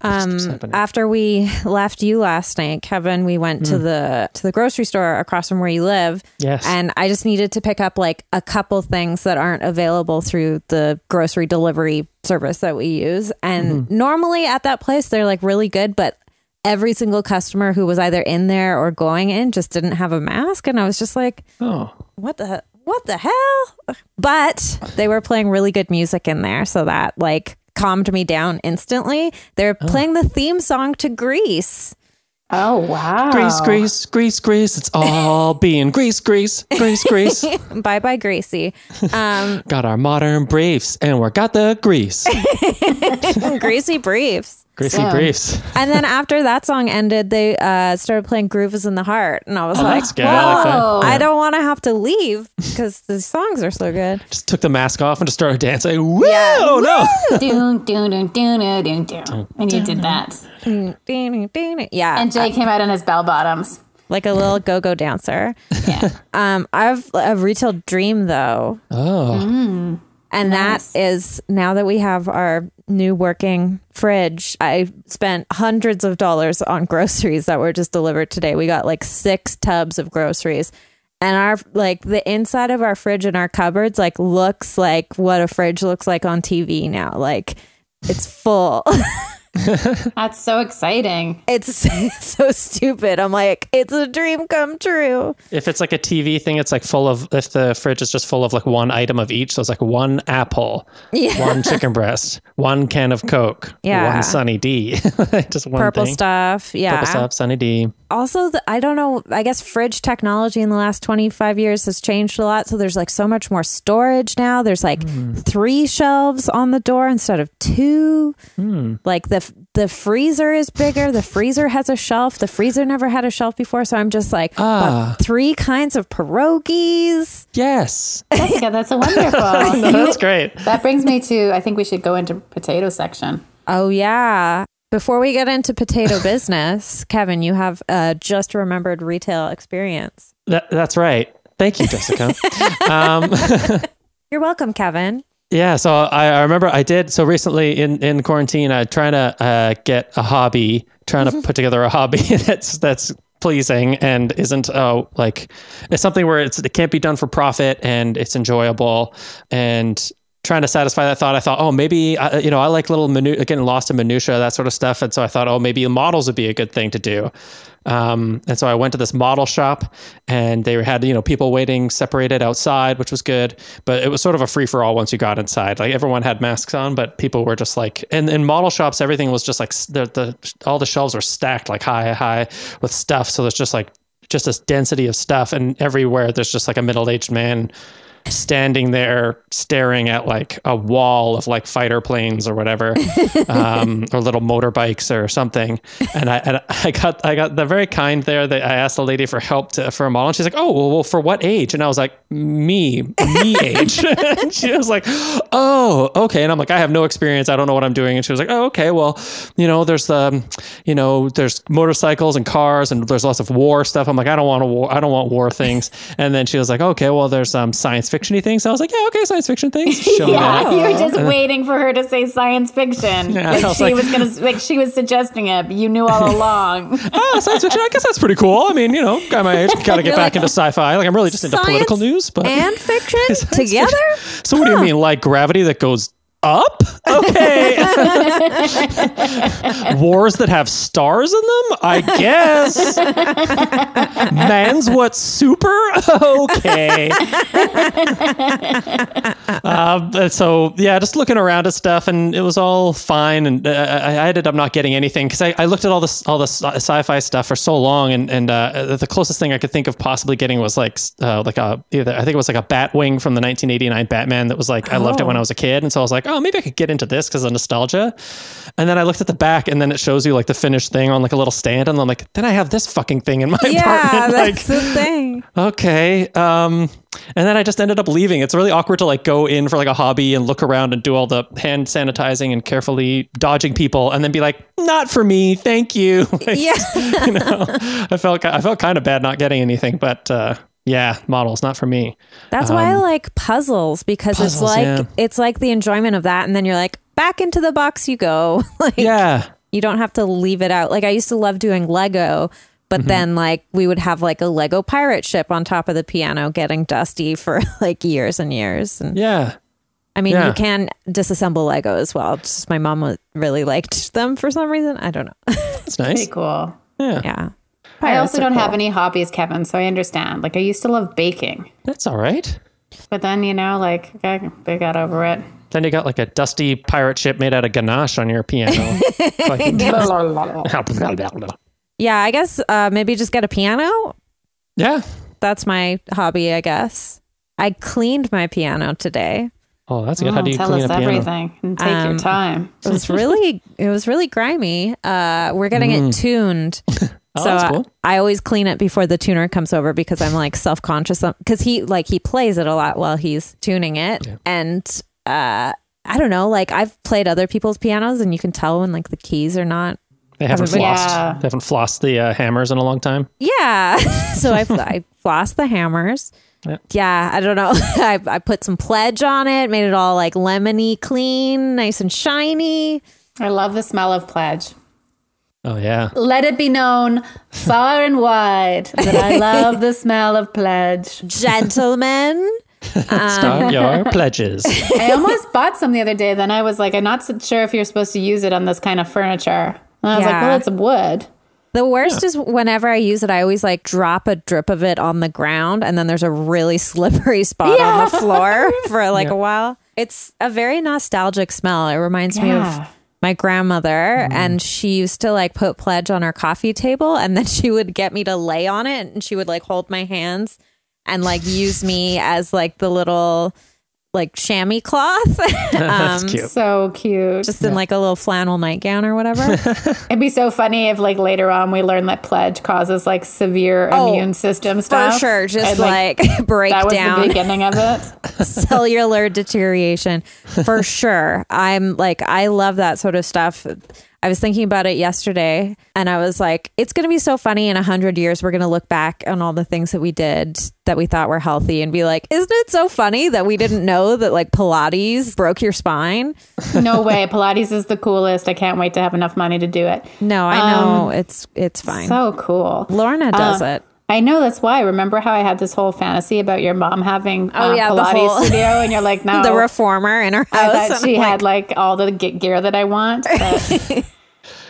Speaker 1: um,
Speaker 2: happening.
Speaker 1: after we left you last night, Kevin, we went to the to the grocery store across from where you live.
Speaker 2: Yes.
Speaker 1: And I just needed to pick up like a couple things that aren't available through the grocery delivery service that we use. And normally at that place they're like really good, but every single customer who was either in there or going in just didn't have a mask and I was just like
Speaker 2: Oh.
Speaker 1: what the what the hell? But they were playing really good music in there, so that like calmed me down instantly. They're playing the theme song to Grease.
Speaker 3: Oh wow!
Speaker 2: Grease, grease, grease, grease. It's all being grease, grease, grease, grease.
Speaker 1: Bye bye Greasy. Um
Speaker 2: got our modern briefs, and we got the grease,
Speaker 1: Greasy Briefs.
Speaker 2: greasy
Speaker 3: Yeah.
Speaker 2: briefs.
Speaker 1: And then after that song ended, they uh started playing Groove is in the Heart and I was like,
Speaker 2: That's good. I like that.
Speaker 1: I don't want to have to leave because the songs are so good.
Speaker 2: Just took the mask off and just started dancing. Whoa, no!
Speaker 3: doom, doom, doom, doom, doom, doom,
Speaker 2: Oh.
Speaker 3: doom. And you did that.
Speaker 1: Yeah,
Speaker 3: And Jay came out in his bell bottoms.
Speaker 1: like a little go-go dancer.
Speaker 3: Yeah.
Speaker 1: Um, I have a retail dream though. Mm.
Speaker 2: Oh,
Speaker 1: And that is now that we have our new working fridge. I spent hundreds of dollars on groceries that were just delivered today. We got like six tubs of groceries. and our like the inside of our fridge and our cupboards like looks like what a fridge looks like on TV now. Like it's full.
Speaker 3: That's so exciting.
Speaker 1: it's so stupid. I'm like, it's a dream come true.
Speaker 2: If it's like a TV thing, it's like full of, if the fridge is just full of like one item of each. So it's like one apple,
Speaker 1: Yeah.
Speaker 2: one chicken breast, one can of Coke,
Speaker 1: Yeah.
Speaker 2: one Sunny D. just one
Speaker 1: Purple
Speaker 2: thing.
Speaker 1: stuff. Yeah.
Speaker 2: Purple stuff, Sunny D.
Speaker 1: also the, i don't know i guess fridge technology in the last 25 years has changed a lot so there's like so much more storage now there's like
Speaker 2: Hmm.
Speaker 1: three shelves on the door instead of two
Speaker 2: Hmm.
Speaker 1: like the f- the freezer is bigger the freezer has a shelf the freezer never had a shelf before so i'm just like
Speaker 2: Ah.
Speaker 1: but three kinds of pierogies
Speaker 2: Yes.
Speaker 3: That's good. That's a wonderful.
Speaker 2: No, that's great.
Speaker 3: That brings me to I think we should go into potato section.
Speaker 1: oh yeah before we get into potato business kevin you have uh, just remembered retail experience
Speaker 2: That, that's right. Thank you, Jessica.
Speaker 1: you're welcome kevin
Speaker 2: Yeah, so I, I remember I did so recently in, in quarantine. I trying to uh, get a hobby, trying to put together a hobby that's that's pleasing and isn't uh, like it's something where it's it can't be done for profit and it's enjoyable and trying to satisfy that thought. I thought, oh, maybe I, you know I like little minu- getting lost in minutia that sort of stuff, and so I thought, oh, maybe models would be a good thing to do. Um, and so I went to this model shop and they had, you know, people waiting separated outside, which was good, but it was sort of a free for all once you got inside. Like everyone had masks on, but people were just like, and in model shops, everything was just like s- the, the, all the shelves were stacked like high, high with stuff. So there's just like, just this density of stuff. And everywhere there's just like a middle-aged man standing there staring at like a wall of like fighter planes or whatever um, or little motorbikes or something and I, and I got I got the very kind there that I asked the lady for help to, for a model and she's like oh well, well for what age and I was like me me age and she was like oh okay and I'm like I have no experience I don't know what I'm doing and she was like oh okay well you know there's the you know there's motorcycles and cars and there's lots of war stuff I'm like I don't want to war I don't want war things and then she was like okay well there's um science fictiony things I was like yeah okay science fiction things Show me that.
Speaker 3: Yeah, you were just waiting for her to say science fiction.
Speaker 2: Yeah,
Speaker 3: like
Speaker 2: I was
Speaker 3: she
Speaker 2: like-
Speaker 3: was gonna, like she was suggesting it. But you knew all along.
Speaker 2: oh, science fiction. I guess that's pretty cool. I mean, you know, guy my age, gotta get
Speaker 1: You're
Speaker 2: back
Speaker 1: like,
Speaker 2: into sci-fi. Like, I'm really just into
Speaker 1: science
Speaker 2: political news. But
Speaker 1: and fiction
Speaker 2: Science fiction.
Speaker 1: together
Speaker 2: so, what do you mean, like gravity that goes up? Okay. Wars that have stars in them, I guess. Man's what super? Okay. um, but so yeah, just looking around at stuff, and it was all fine. And uh, I I ended up not getting anything because I, I looked at all this all this sci- sci-fi stuff for so long, and and uh, the closest thing I could think of possibly getting was like s- uh, like a either I think it was like a Batwing from the 1989 Batman that was like I loved it when I was a kid, and so I was like, oh, maybe I could get into this because of nostalgia. And then I looked at the back, and then it shows you like the finished thing on like a little stand, and I'm like, then I have this fucking thing in my
Speaker 1: yeah
Speaker 2: apartment. like,
Speaker 1: that's the thing
Speaker 2: okay um and then i just ended up leaving it's really awkward to like go in for like a hobby and look around and do all the hand sanitizing and carefully dodging people and then be like not for me thank you Like,
Speaker 1: yeah
Speaker 2: you know i felt i felt kind of bad not getting anything but uh yeah models not for me
Speaker 1: that's why i like puzzles because it's
Speaker 2: um, puzzles,
Speaker 1: like
Speaker 2: yeah.
Speaker 1: it's like the enjoyment of that and then you're like back into the box you go like
Speaker 2: yeah
Speaker 1: you don't have to leave it out like i used to love doing lego but
Speaker 2: Mm-hmm.
Speaker 1: then like we would have like a lego pirate ship on top of the piano getting dusty for like years and years and
Speaker 2: yeah
Speaker 1: i mean
Speaker 2: yeah.
Speaker 1: you can disassemble lego as well It's just my mom wa- really liked them for some reason i don't know
Speaker 2: that's
Speaker 3: Pretty
Speaker 2: nice
Speaker 3: cool.
Speaker 1: yeah
Speaker 3: I also don't have any hobbies, Kevin, so I understand. Like I used to love baking,
Speaker 2: that's all right
Speaker 3: but then you know, like I, I got over it.
Speaker 2: then you got like a dusty pirate ship made out of ganache on your piano Like-
Speaker 1: yeah i guess uh, maybe just get a piano
Speaker 2: yeah
Speaker 1: that's my hobby, I guess. I cleaned my piano today.
Speaker 2: oh that's good how do you
Speaker 3: Mm, Tell
Speaker 2: clean
Speaker 3: us
Speaker 2: a piano Oh,
Speaker 3: everything and take your time.
Speaker 1: It was really it was really grimy. Uh we're getting it tuned.
Speaker 2: Mm.
Speaker 1: so
Speaker 2: Oh, that's
Speaker 3: uh,
Speaker 1: I-
Speaker 2: cool.
Speaker 1: I, always clean it before the tuner comes over because I'm like self-conscious cuz he like he plays it a lot while he's tuning it and uh I don't know, like I've played other people's pianos and you can tell when like the keys are not
Speaker 2: They haven't flossed.
Speaker 3: Everybody- Yeah.
Speaker 2: They haven't flossed the uh, hammers in a long time.
Speaker 1: Yeah. so I, I flossed the hammers.
Speaker 2: Yeah.
Speaker 1: Yeah, I don't know. I, I put some pledge on it, made it all like lemony clean, nice and shiny.
Speaker 3: I love the smell of pledge.
Speaker 2: Oh yeah.
Speaker 3: Let it be known far and wide that I love the smell of pledge.
Speaker 1: Gentlemen.
Speaker 3: Um,
Speaker 2: Stop your pledges.
Speaker 3: I almost bought some the other day. Then I was like, I'm not so sure if you're supposed to use it on this kind of furniture. And I was like,
Speaker 1: Yeah.
Speaker 3: well, it's wood.
Speaker 1: The worst is whenever I use it, I always like drop a drip of it on the ground, and then there's a really slippery spot on the floor for like a while. It's a very nostalgic smell. It reminds me
Speaker 3: Yeah. Mm-hmm.
Speaker 1: of my grandmother, and she used to like put pledge on her coffee table, and then she would get me to lay on it, and she would like hold my hands and like use me as like the little like chamois cloth,
Speaker 2: That's
Speaker 3: Um,
Speaker 2: cute.
Speaker 3: So cute.
Speaker 1: just in like a little flannel nightgown or whatever.
Speaker 3: It'd be so funny if, like, later on we learn that pledge causes like severe
Speaker 1: Oh,
Speaker 3: immune system
Speaker 1: For
Speaker 3: stuff.
Speaker 1: sure, just
Speaker 3: And,
Speaker 1: like, break
Speaker 3: that was
Speaker 1: down.
Speaker 3: the beginning of it.
Speaker 1: cellular deterioration for sure. I'm like, I love that sort of stuff. I was thinking about it yesterday and I was like, it's going to be so funny in a hundred years. We're going to look back on all the things that we did that we thought were healthy and be like, isn't it so funny that we didn't know that like Pilates broke your spine?
Speaker 3: No way. Pilates is the coolest. I can't wait to have enough money to do it.
Speaker 1: No, I know it's, it's fine.
Speaker 3: Um, So uh, cool.
Speaker 1: Lorna does it.
Speaker 3: I know that's why. Remember how I had this whole fantasy about your mom having
Speaker 1: Oh,
Speaker 3: uh,
Speaker 1: yeah, the
Speaker 3: Pilates
Speaker 1: whole-
Speaker 3: studio, and you're like, no,
Speaker 1: The reformer in her house.
Speaker 3: oh. I thought
Speaker 1: And
Speaker 3: she
Speaker 1: I'm like,
Speaker 3: had like all the ge- gear that I want. but-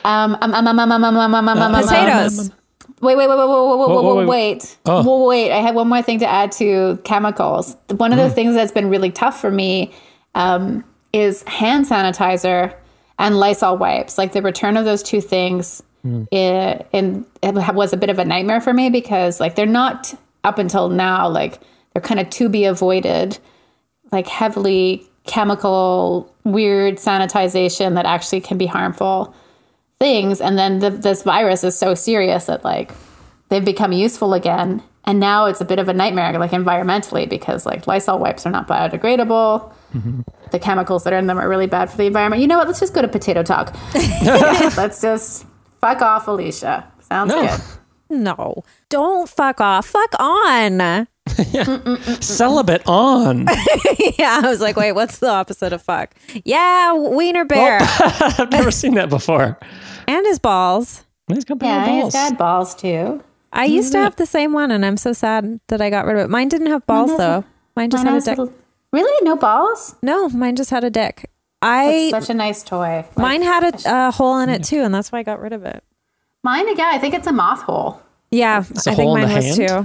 Speaker 3: Um, um, um, um, um, um, um, um, um, um, um, um,
Speaker 1: potatoes.
Speaker 3: Wait, wait, wait, wait, wait, wait,
Speaker 2: whoa,
Speaker 3: wait,
Speaker 2: wait.
Speaker 3: wait, wait.
Speaker 2: Oh.
Speaker 3: Whoa, wait. I had one more thing to add to chemicals. One
Speaker 2: Mm.
Speaker 3: of the things that's been really tough for me um, is hand sanitizer and Lysol wipes. Like the return of those two things
Speaker 2: Mm.
Speaker 3: i- and it was a bit of a nightmare for me because like they're not up until now like they're kind of to be avoided like heavily chemical weird sanitization that actually can be harmful things and then the, this virus is so serious that like they've become useful again and now it's a bit of a nightmare like environmentally because like lysol wipes are not biodegradable the chemicals that are in them are really bad for the environment you know what let's just go to potato talk let's just fuck off alicia sounds
Speaker 2: No.
Speaker 3: good
Speaker 1: no, don't fuck off. Fuck on.
Speaker 2: Celibate on.
Speaker 1: Yeah, I was like, wait, what's the opposite of fuck? Yeah, wiener bear
Speaker 2: I've never seen that before.
Speaker 1: and his balls.
Speaker 2: He's got big
Speaker 3: yeah
Speaker 2: balls.
Speaker 3: he's got balls too
Speaker 1: I used to have the same one, and I'm so sad that I got rid of it. Mine didn't have balls though. Mine just had
Speaker 3: Mine
Speaker 1: a
Speaker 3: has
Speaker 1: dick.
Speaker 3: little- really no balls
Speaker 1: No, mine just had a dick. I
Speaker 3: such a nice toy Like,
Speaker 1: mine had a, a hole in it too, and that's why I got rid of it.
Speaker 3: mine again i think it's a moth hole
Speaker 1: Yeah,
Speaker 2: a
Speaker 1: I think
Speaker 2: hole in
Speaker 1: mine
Speaker 2: the
Speaker 1: was
Speaker 2: hand?
Speaker 1: too.
Speaker 3: uh,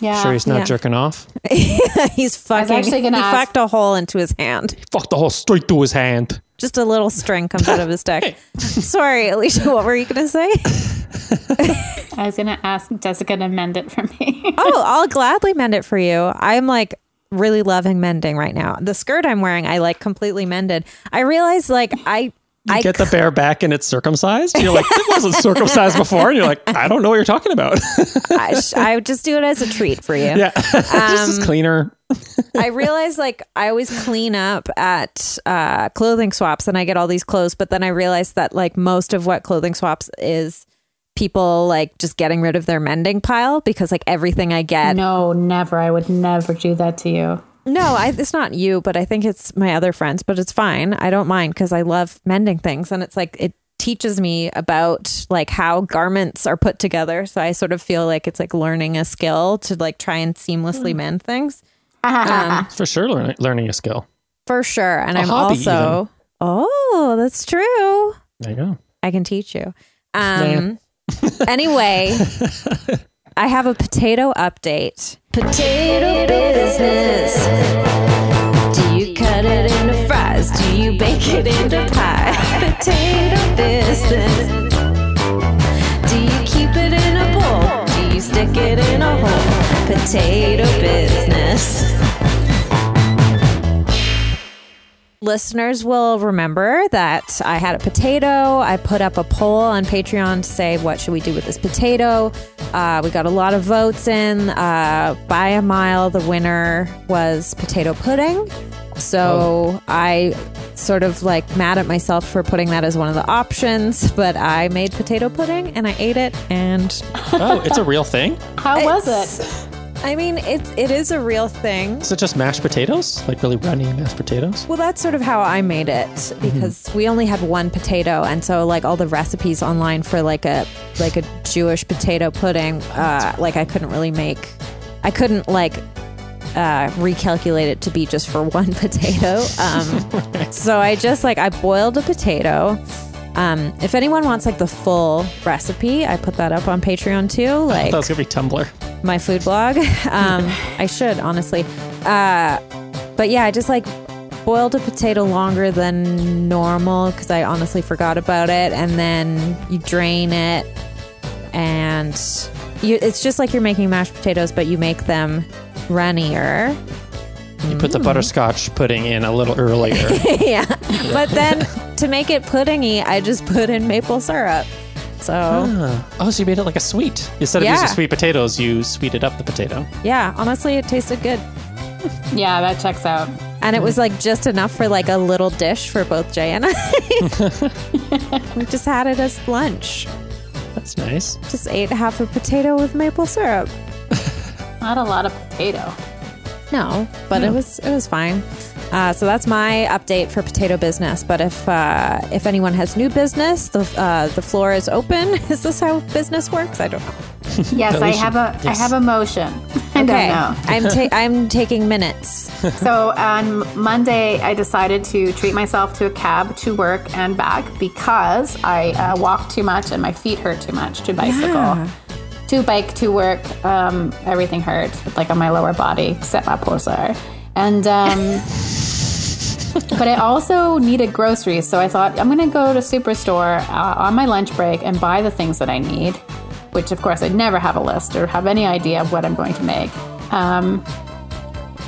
Speaker 3: yeah
Speaker 2: Sure, he's not
Speaker 1: Yeah.
Speaker 2: jerking off.
Speaker 1: He's fucking.
Speaker 3: actually gonna
Speaker 1: he
Speaker 3: ask-
Speaker 1: fucked a hole into his hand.
Speaker 2: Fuck the hole straight through his hand.
Speaker 1: Just a little string comes out of his dick. Sorry, Alicia. What were you gonna say?
Speaker 3: I was gonna ask Jessica to mend it for me.
Speaker 1: oh, I'll gladly mend it for you. I'm like really loving mending right now. The skirt I'm wearing, I like completely mended. I realized like I I
Speaker 2: Get the bear back and it's circumcised. You're like, it wasn't circumcised before. And you're like, I don't know what you're talking about.
Speaker 1: I, sh- I would just do it as a treat for you.
Speaker 2: yeah. this
Speaker 3: Um,
Speaker 2: is cleaner.
Speaker 1: I realized like I always clean up at uh, clothing swaps and I get all these clothes, but then I realized that like most of what clothing swaps is people like just getting rid of their mending pile because like everything I get. No,
Speaker 3: no, never. I would never do that to you.
Speaker 1: I, it's not you, but I think it's my other friends, but it's fine. I don't mind because I love mending things and it's like it teaches me about like how garments are put together. So I sort of feel like it's like learning a skill to like try and seamlessly
Speaker 2: Hmm.
Speaker 1: mend things.
Speaker 3: uh,
Speaker 2: For sure, learn, learning a skill.
Speaker 1: For sure. And
Speaker 2: A
Speaker 1: i I'm
Speaker 2: hobby,
Speaker 1: also Oh, that's true.
Speaker 2: There you go.
Speaker 1: I can teach you. Um anyway, I have a potato update. Potato business. Do you cut it into fries? Do you bake it into pie? Potato business. Do you keep it in a bowl? Do you stick it in a hole? Potato business. listeners will remember that I had a potato. I put up a poll on Patreon to say, what should we do with this potato? Uh, we got a lot of votes in. Uh, by a mile, the winner was potato pudding. So I sort of like mad at myself for putting that as one of the options, but I made potato pudding and I ate it and
Speaker 2: Oh, it's a real thing?
Speaker 3: How was it?
Speaker 1: it's- I mean, it's it is a real thing.
Speaker 2: Is it just mashed potatoes? Like really runny mashed potatoes?
Speaker 1: Well, that's sort of how I made it because we only had one potato, and so like all the recipes online for like a like a Jewish potato pudding, uh, like I couldn't really make. I couldn't like uh, recalculate it to be just for one potato. Um, so I just like I boiled a potato. Um, if anyone wants like the full recipe, I put that up on Patreon too. Like
Speaker 2: That was gonna be Tumblr.
Speaker 1: my food blog. Um, I should honestly, uh, but yeah, I just like boiled a potato longer than normal because I honestly forgot about it, and then you drain it, and you, it's just like you're making mashed potatoes, but you make them runnier.
Speaker 2: You put the butterscotch pudding in a little earlier.
Speaker 1: yeah, but then to make it puddingy, I just put in maple syrup. So.
Speaker 2: oh, so you made it like a sweet. Instead of
Speaker 1: Yeah.
Speaker 2: using sweet potatoes, you sweeted up the potato.
Speaker 1: Yeah, honestly, it tasted good.
Speaker 3: Yeah, that checks out.
Speaker 1: And it was like just enough for like a little dish for both Jay and I. we just had it as lunch.
Speaker 2: That's nice.
Speaker 1: Just ate half a potato with maple syrup.
Speaker 3: Not a lot of potato.
Speaker 1: No, but it was it was fine. Uh, so that's my update for potato business. But if uh, if anyone has new business, the uh, the floor is open. Is this how business works? I don't know.
Speaker 3: Yes, I have a I
Speaker 2: Yes.
Speaker 3: have a motion. I don't know.
Speaker 1: I'm ta- I'm taking minutes.
Speaker 3: So on Monday, I decided to treat myself to a cab to work and back because I uh, walk too much and my feet hurt too much to bicycle.
Speaker 1: Yeah.
Speaker 3: To bike, to work, um, everything hurt, like on my lower body, except my pulsar. And, um, but I also needed groceries, so I thought I'm gonna go to superstore uh, on my lunch break and buy the things that I need, which of course I'd never have a list or have any idea of what I'm going to make. Um,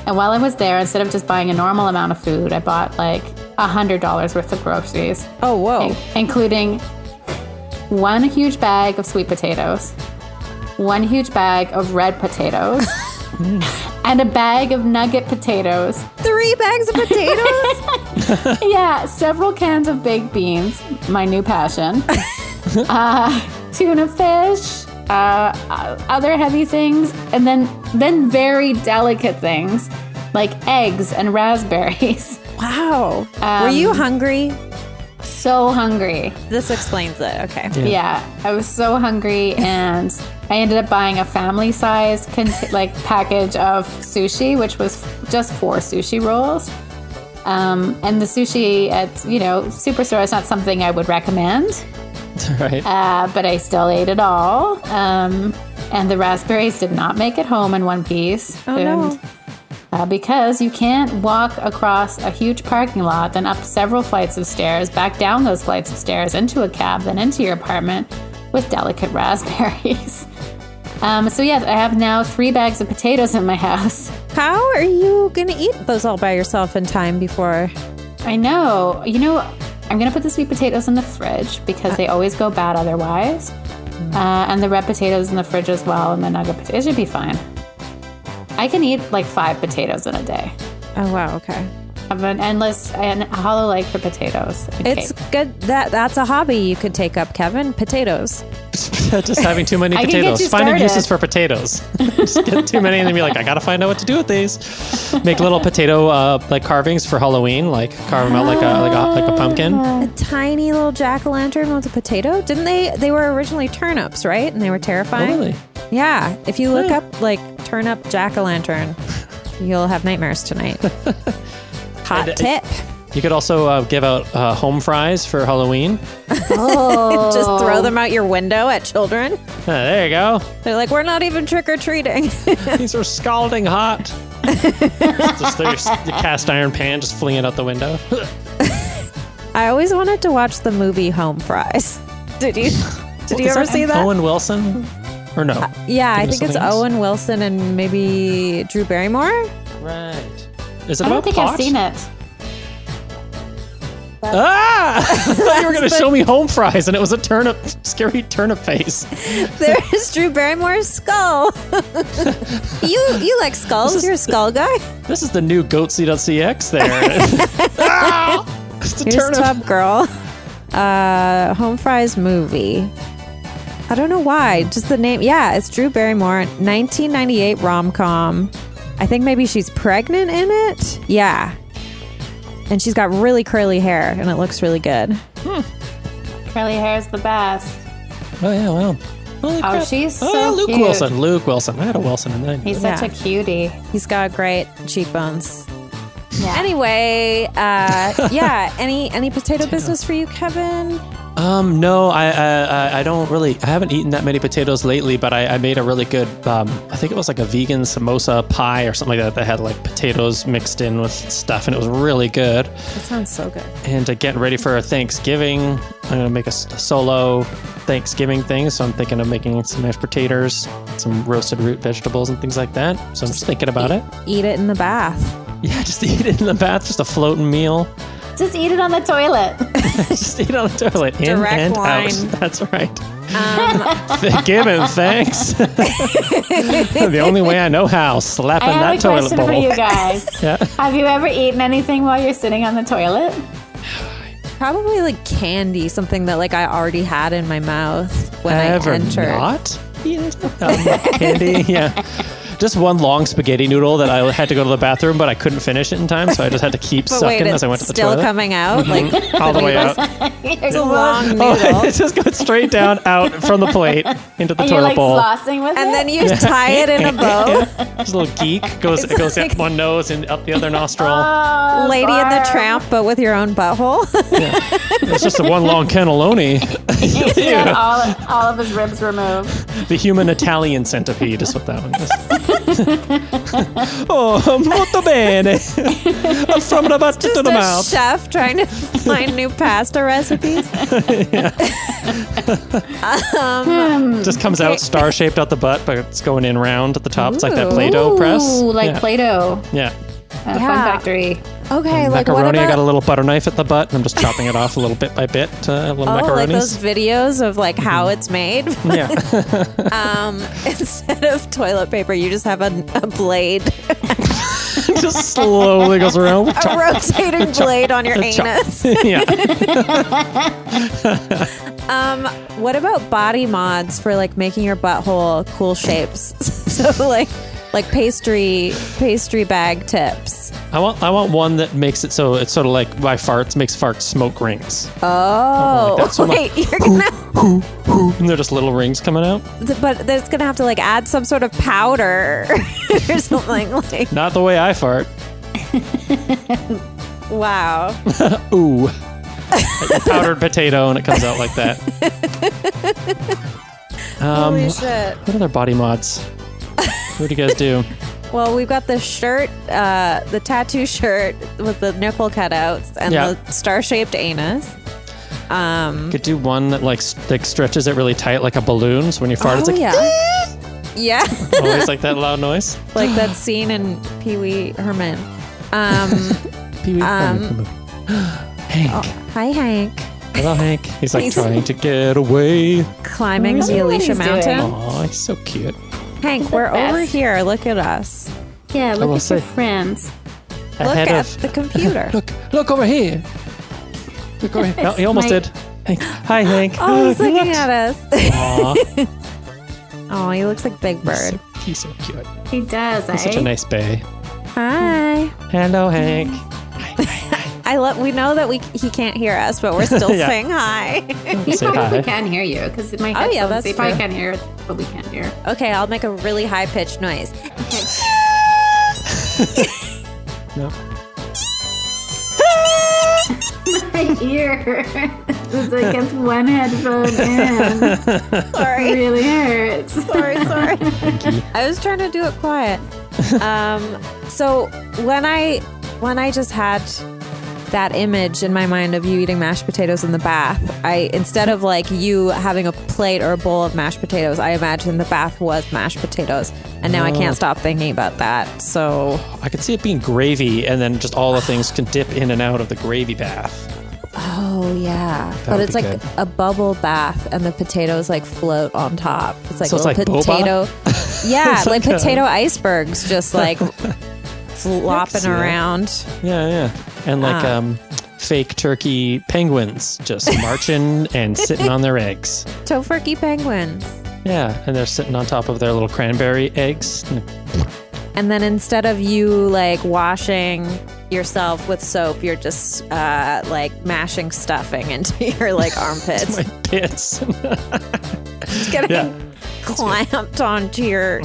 Speaker 3: and while I was there, instead of just buying a normal amount of food, I bought like hundred dollars worth of groceries,
Speaker 1: Oh whoa!
Speaker 3: including one huge bag of sweet potatoes, one huge bag of red potatoes, and a bag of nugget potatoes.
Speaker 1: Three bags of potatoes.
Speaker 3: Yeah, several cans of baked beans, my new passion. uh, tuna fish, uh, other heavy things, and then then very delicate things like eggs and raspberries.
Speaker 1: wow. Were
Speaker 3: Um,
Speaker 1: you hungry?
Speaker 3: So hungry.
Speaker 1: This explains it. Okay.
Speaker 3: Yeah, I was so hungry, and I ended up buying a family-sized cont- like package of sushi, which was just four sushi rolls. Um, and the sushi at you know superstore is not something I would recommend,
Speaker 2: right.
Speaker 3: uh, but I still ate it all. Um, and the raspberries did not make it home in one piece.
Speaker 1: Oh, no.
Speaker 3: And, uh, because you can't walk across a huge parking lot, then up several flights of stairs, back down those flights of stairs, into a cab, then into your apartment with delicate raspberries. Um, so, yes, I have now three bags of potatoes in my house.
Speaker 1: How are you going to eat those all by yourself in time before?
Speaker 3: I know. You know, I'm gonna put the sweet potatoes in the fridge because they always go bad otherwise. Uh, and the red potatoes in the fridge as well, and the nugget potatoes. It should be fine. I can eat like five potatoes in a day.
Speaker 1: Oh wow, okay.
Speaker 3: I have an endless and hollow leg for potatoes. and
Speaker 1: It's
Speaker 3: cake.
Speaker 1: good that that's a hobby you could take up, Kevin. Potatoes.
Speaker 2: Just having too many
Speaker 3: I can get
Speaker 2: potatoes.
Speaker 3: you
Speaker 2: Finding
Speaker 3: started.
Speaker 2: uses for potatoes. Just get too many and then be like, I gotta find out what to do with these. Make little potato uh, like carvings for Halloween. Like carve them out like a like a like a
Speaker 3: Ah.
Speaker 2: pumpkin.
Speaker 1: A tiny little jack o' lantern with a potato. Didn't they? They were originally turnips, right? And they were terrifying.
Speaker 2: Oh, Really?
Speaker 1: Yeah. If you look up like turnip jack o' lantern, you'll have nightmares tonight. Hot
Speaker 2: And
Speaker 1: tip.
Speaker 2: it- You could also uh, give out uh, home fries for Halloween.
Speaker 3: Oh,
Speaker 1: Just throw them out your window at children.
Speaker 2: Ah, there you go.
Speaker 1: They're like, we're not even trick or treating.
Speaker 2: These are scalding hot. just throw your, your cast iron pan, just fling it out the window.
Speaker 1: I always wanted to watch the movie Home Fries. Did you? Did you
Speaker 2: Is
Speaker 1: ever see that?
Speaker 2: Owen Wilson? Or no?
Speaker 1: yeah, I
Speaker 2: Did
Speaker 1: think it's
Speaker 2: something else?
Speaker 1: Owen Wilson and maybe Drew Barrymore.
Speaker 2: Right. Is it
Speaker 3: I
Speaker 2: about
Speaker 3: don't think
Speaker 2: pot?
Speaker 3: I've seen it.
Speaker 2: Ah! I thought you were going to show me home fries, and it was a turnip, scary turnip face.
Speaker 1: There's Drew Barrymore's skull. you you like skulls? You're a skull guy.
Speaker 2: This is the new goatsy.cx there. ah! It's a
Speaker 1: Here's
Speaker 2: turnip.
Speaker 1: Tub Girl. Uh, Home Fries movie. I don't know why. Just the name. Yeah, it's Drew Barrymore, 1998 rom com. I think maybe she's pregnant in it. Yeah. And she's got really curly hair and it looks really good.
Speaker 3: Curly hair is the best.
Speaker 2: Oh yeah, wow. Holy crap.
Speaker 3: she's
Speaker 2: oh,
Speaker 3: so
Speaker 2: Luke
Speaker 3: cute.
Speaker 2: Wilson. Luke Wilson. I had a Wilson in there.
Speaker 3: He's
Speaker 1: Yeah.
Speaker 3: such a cutie.
Speaker 1: He's got great cheekbones.
Speaker 3: Yeah.
Speaker 1: Anyway, uh, yeah. Any any potato business for you, Kevin?
Speaker 2: Um, no, I, I I- I don't really. I haven't eaten that many potatoes lately, but I, I made a really good. Um, I think it was like a vegan samosa pie or something like that that had like potatoes mixed in with stuff, and it was really good.
Speaker 1: That sounds so good.
Speaker 2: And to get ready for Thanksgiving, I'm gonna make a s- a solo Thanksgiving thing. So I'm thinking of making some mashed potatoes, some roasted root vegetables, and things like that. So I'm just thinking about it.
Speaker 1: Eat it in the bath.
Speaker 2: Yeah, just eat it in the bath, just a floating meal.
Speaker 3: Just eat it on the toilet.
Speaker 2: just eat on the toilet, in
Speaker 1: Direct
Speaker 2: and
Speaker 1: line. Um,
Speaker 2: out. That's right. Th- Give him thanks. the only way I know how, slapping
Speaker 3: I have
Speaker 2: that
Speaker 3: a
Speaker 2: toilet
Speaker 3: question
Speaker 2: bowl.
Speaker 3: for you guys.
Speaker 2: Yeah.
Speaker 3: Have you ever eaten anything while you're sitting on the toilet?
Speaker 1: Probably like candy, something that like I already had in my mouth when
Speaker 2: Ever
Speaker 1: I entered.
Speaker 2: not? Yeah, um, candy, yeah. Just one long spaghetti noodle that I had to go to the bathroom, but I couldn't finish it in time, so I just had to keep
Speaker 1: But
Speaker 2: sucking
Speaker 1: wait, it's
Speaker 2: as I went to the
Speaker 1: still
Speaker 2: toilet.
Speaker 1: coming out. Like it's
Speaker 2: all the way out.
Speaker 1: a long noodle,
Speaker 2: Oh, it just goes straight down out from the plate into the
Speaker 3: and you're
Speaker 2: toilet
Speaker 3: like
Speaker 2: bowl.
Speaker 3: flossing with
Speaker 1: and
Speaker 3: it?
Speaker 1: then you tie it in a bow.
Speaker 2: Just a little geek goes it goes up one nose and up the other nostril.
Speaker 1: Ah.
Speaker 3: Oh,
Speaker 1: Lady in the
Speaker 3: barf.
Speaker 1: Tramp, but with your own butthole.
Speaker 2: It's just a one long cannelloni.
Speaker 3: He had all, all of his ribs removed.
Speaker 2: The human Italian centipede is what that one is. oh, molto bene. From the butt to the
Speaker 1: the
Speaker 2: mouth.
Speaker 1: chef trying to find new pasta recipes.
Speaker 3: Um,
Speaker 2: Just comes out star shaped out the butt, but it's going in round at the top. It's like that
Speaker 1: Ooh.
Speaker 2: Play Doh press.
Speaker 3: Ooh, like
Speaker 2: yeah.
Speaker 3: Play-Doh.
Speaker 2: Yeah.
Speaker 3: Uh,
Speaker 1: Yeah.
Speaker 3: Fun Factory.
Speaker 1: Okay, like what
Speaker 2: macaroni.
Speaker 1: about
Speaker 2: I got a little butter knife at the butt, and I'm just chopping it off a little bit by bit. Uh, little
Speaker 1: oh, like those
Speaker 2: macaronis. Mm-hmm.
Speaker 1: videos of like how it's made?
Speaker 2: yeah.
Speaker 1: Um, instead of toilet paper, you just have a, a blade,
Speaker 2: just slowly goes around.
Speaker 1: a rotating blade on your
Speaker 2: Chop.
Speaker 1: anus.
Speaker 2: yeah.
Speaker 1: Um, what about body mods for like making your butthole cool shapes? so like, like pastry pastry bag tips.
Speaker 2: I want I want one that makes it so it's sort of like my farts makes fart smoke rings.
Speaker 1: Oh,
Speaker 2: that's so much-
Speaker 1: wait, you're gonna.
Speaker 2: And they're just little rings coming out.
Speaker 1: Th- but that's gonna have to like add some sort of powder or something like
Speaker 2: Not the way I fart.
Speaker 1: wow
Speaker 2: Ooh. Like a powdered potato and it comes out like that. Um,
Speaker 1: holy shit
Speaker 2: what other body mods? What do you guys do?
Speaker 1: well we've got the shirt uh the tattoo shirt with the nipple cutouts and
Speaker 2: Yeah.
Speaker 1: the star-shaped anus um
Speaker 2: Could do one that like, st- like stretches it really tight like a balloon. So when you fart, it's
Speaker 1: oh,
Speaker 2: like
Speaker 1: yeah yeah
Speaker 2: always like that loud noise.
Speaker 1: like that scene in pee-wee herman um
Speaker 2: Pee-wee. Um, Hank.
Speaker 1: hi hank
Speaker 2: Hello, Hank. He's like
Speaker 1: oh. He's-
Speaker 2: trying to get away.
Speaker 1: climbing the
Speaker 3: Look what
Speaker 1: alicia
Speaker 3: he's doing.
Speaker 1: mountain
Speaker 2: Oh, he's so cute.
Speaker 1: hank we're
Speaker 3: best.
Speaker 1: over here look at us
Speaker 3: Yeah,
Speaker 2: will
Speaker 3: look at
Speaker 2: say-
Speaker 3: your friends.
Speaker 1: look
Speaker 2: Ahead
Speaker 1: at
Speaker 2: of
Speaker 1: the computer
Speaker 2: Look, look over here. Look over here. No, he almost
Speaker 3: my-
Speaker 2: did. Hank. Hi, Hank.
Speaker 1: oh he's
Speaker 2: He
Speaker 1: looking
Speaker 2: looked-
Speaker 1: at us
Speaker 2: Aw,
Speaker 1: oh he looks like big
Speaker 2: he's,
Speaker 1: bird
Speaker 2: so, he's so cute.
Speaker 3: He does,
Speaker 2: He's such a
Speaker 3: eh?
Speaker 2: nice bay.
Speaker 1: Hi.
Speaker 2: Hello, Hank.
Speaker 1: I love. We know that we he can't hear us, but we're still
Speaker 2: Yeah.
Speaker 1: saying hi.
Speaker 3: He
Speaker 2: Say
Speaker 3: probably
Speaker 2: hi.
Speaker 3: can hear you because my
Speaker 1: Oh,
Speaker 3: headphones,
Speaker 1: yeah, that's
Speaker 3: they probably
Speaker 1: true.
Speaker 3: can't hear it, but we can't hear.
Speaker 1: okay, I'll make a really high pitched noise.
Speaker 2: No.
Speaker 3: My ear. it's like it's one headphone in. It
Speaker 1: Sorry,
Speaker 3: really hurts.
Speaker 1: sorry, sorry. I was trying to do it quiet. Um, so when I when I just had that image in my mind of you eating mashed potatoes in the bath, I instead of like you having a plate or a bowl of mashed potatoes, I imagined the bath was mashed potatoes, and now I can't stop thinking about that. So
Speaker 2: I could see it being gravy, and then just all the things can dip in and out of the gravy bath.
Speaker 1: Oh yeah, but
Speaker 2: would
Speaker 1: it's
Speaker 2: be
Speaker 1: like
Speaker 2: good.
Speaker 1: a bubble bath, and the potatoes like float on top. It's like
Speaker 2: So it's
Speaker 1: little
Speaker 2: like boba?
Speaker 1: potato, yeah,
Speaker 2: It's
Speaker 1: like,
Speaker 2: like a-
Speaker 1: potato icebergs just like flopping
Speaker 2: see it.
Speaker 1: around. Ah.
Speaker 2: Yeah, yeah. And like um, fake turkey penguins just marching and sitting on their eggs.
Speaker 1: Tofurkey penguins.
Speaker 2: Yeah, and they're sitting on top of their little cranberry eggs.
Speaker 1: And then instead of you like washing yourself with soap, you're just uh, like mashing stuffing into your like armpits.
Speaker 2: My pits.
Speaker 1: it's getting
Speaker 2: yeah.
Speaker 1: clamped onto your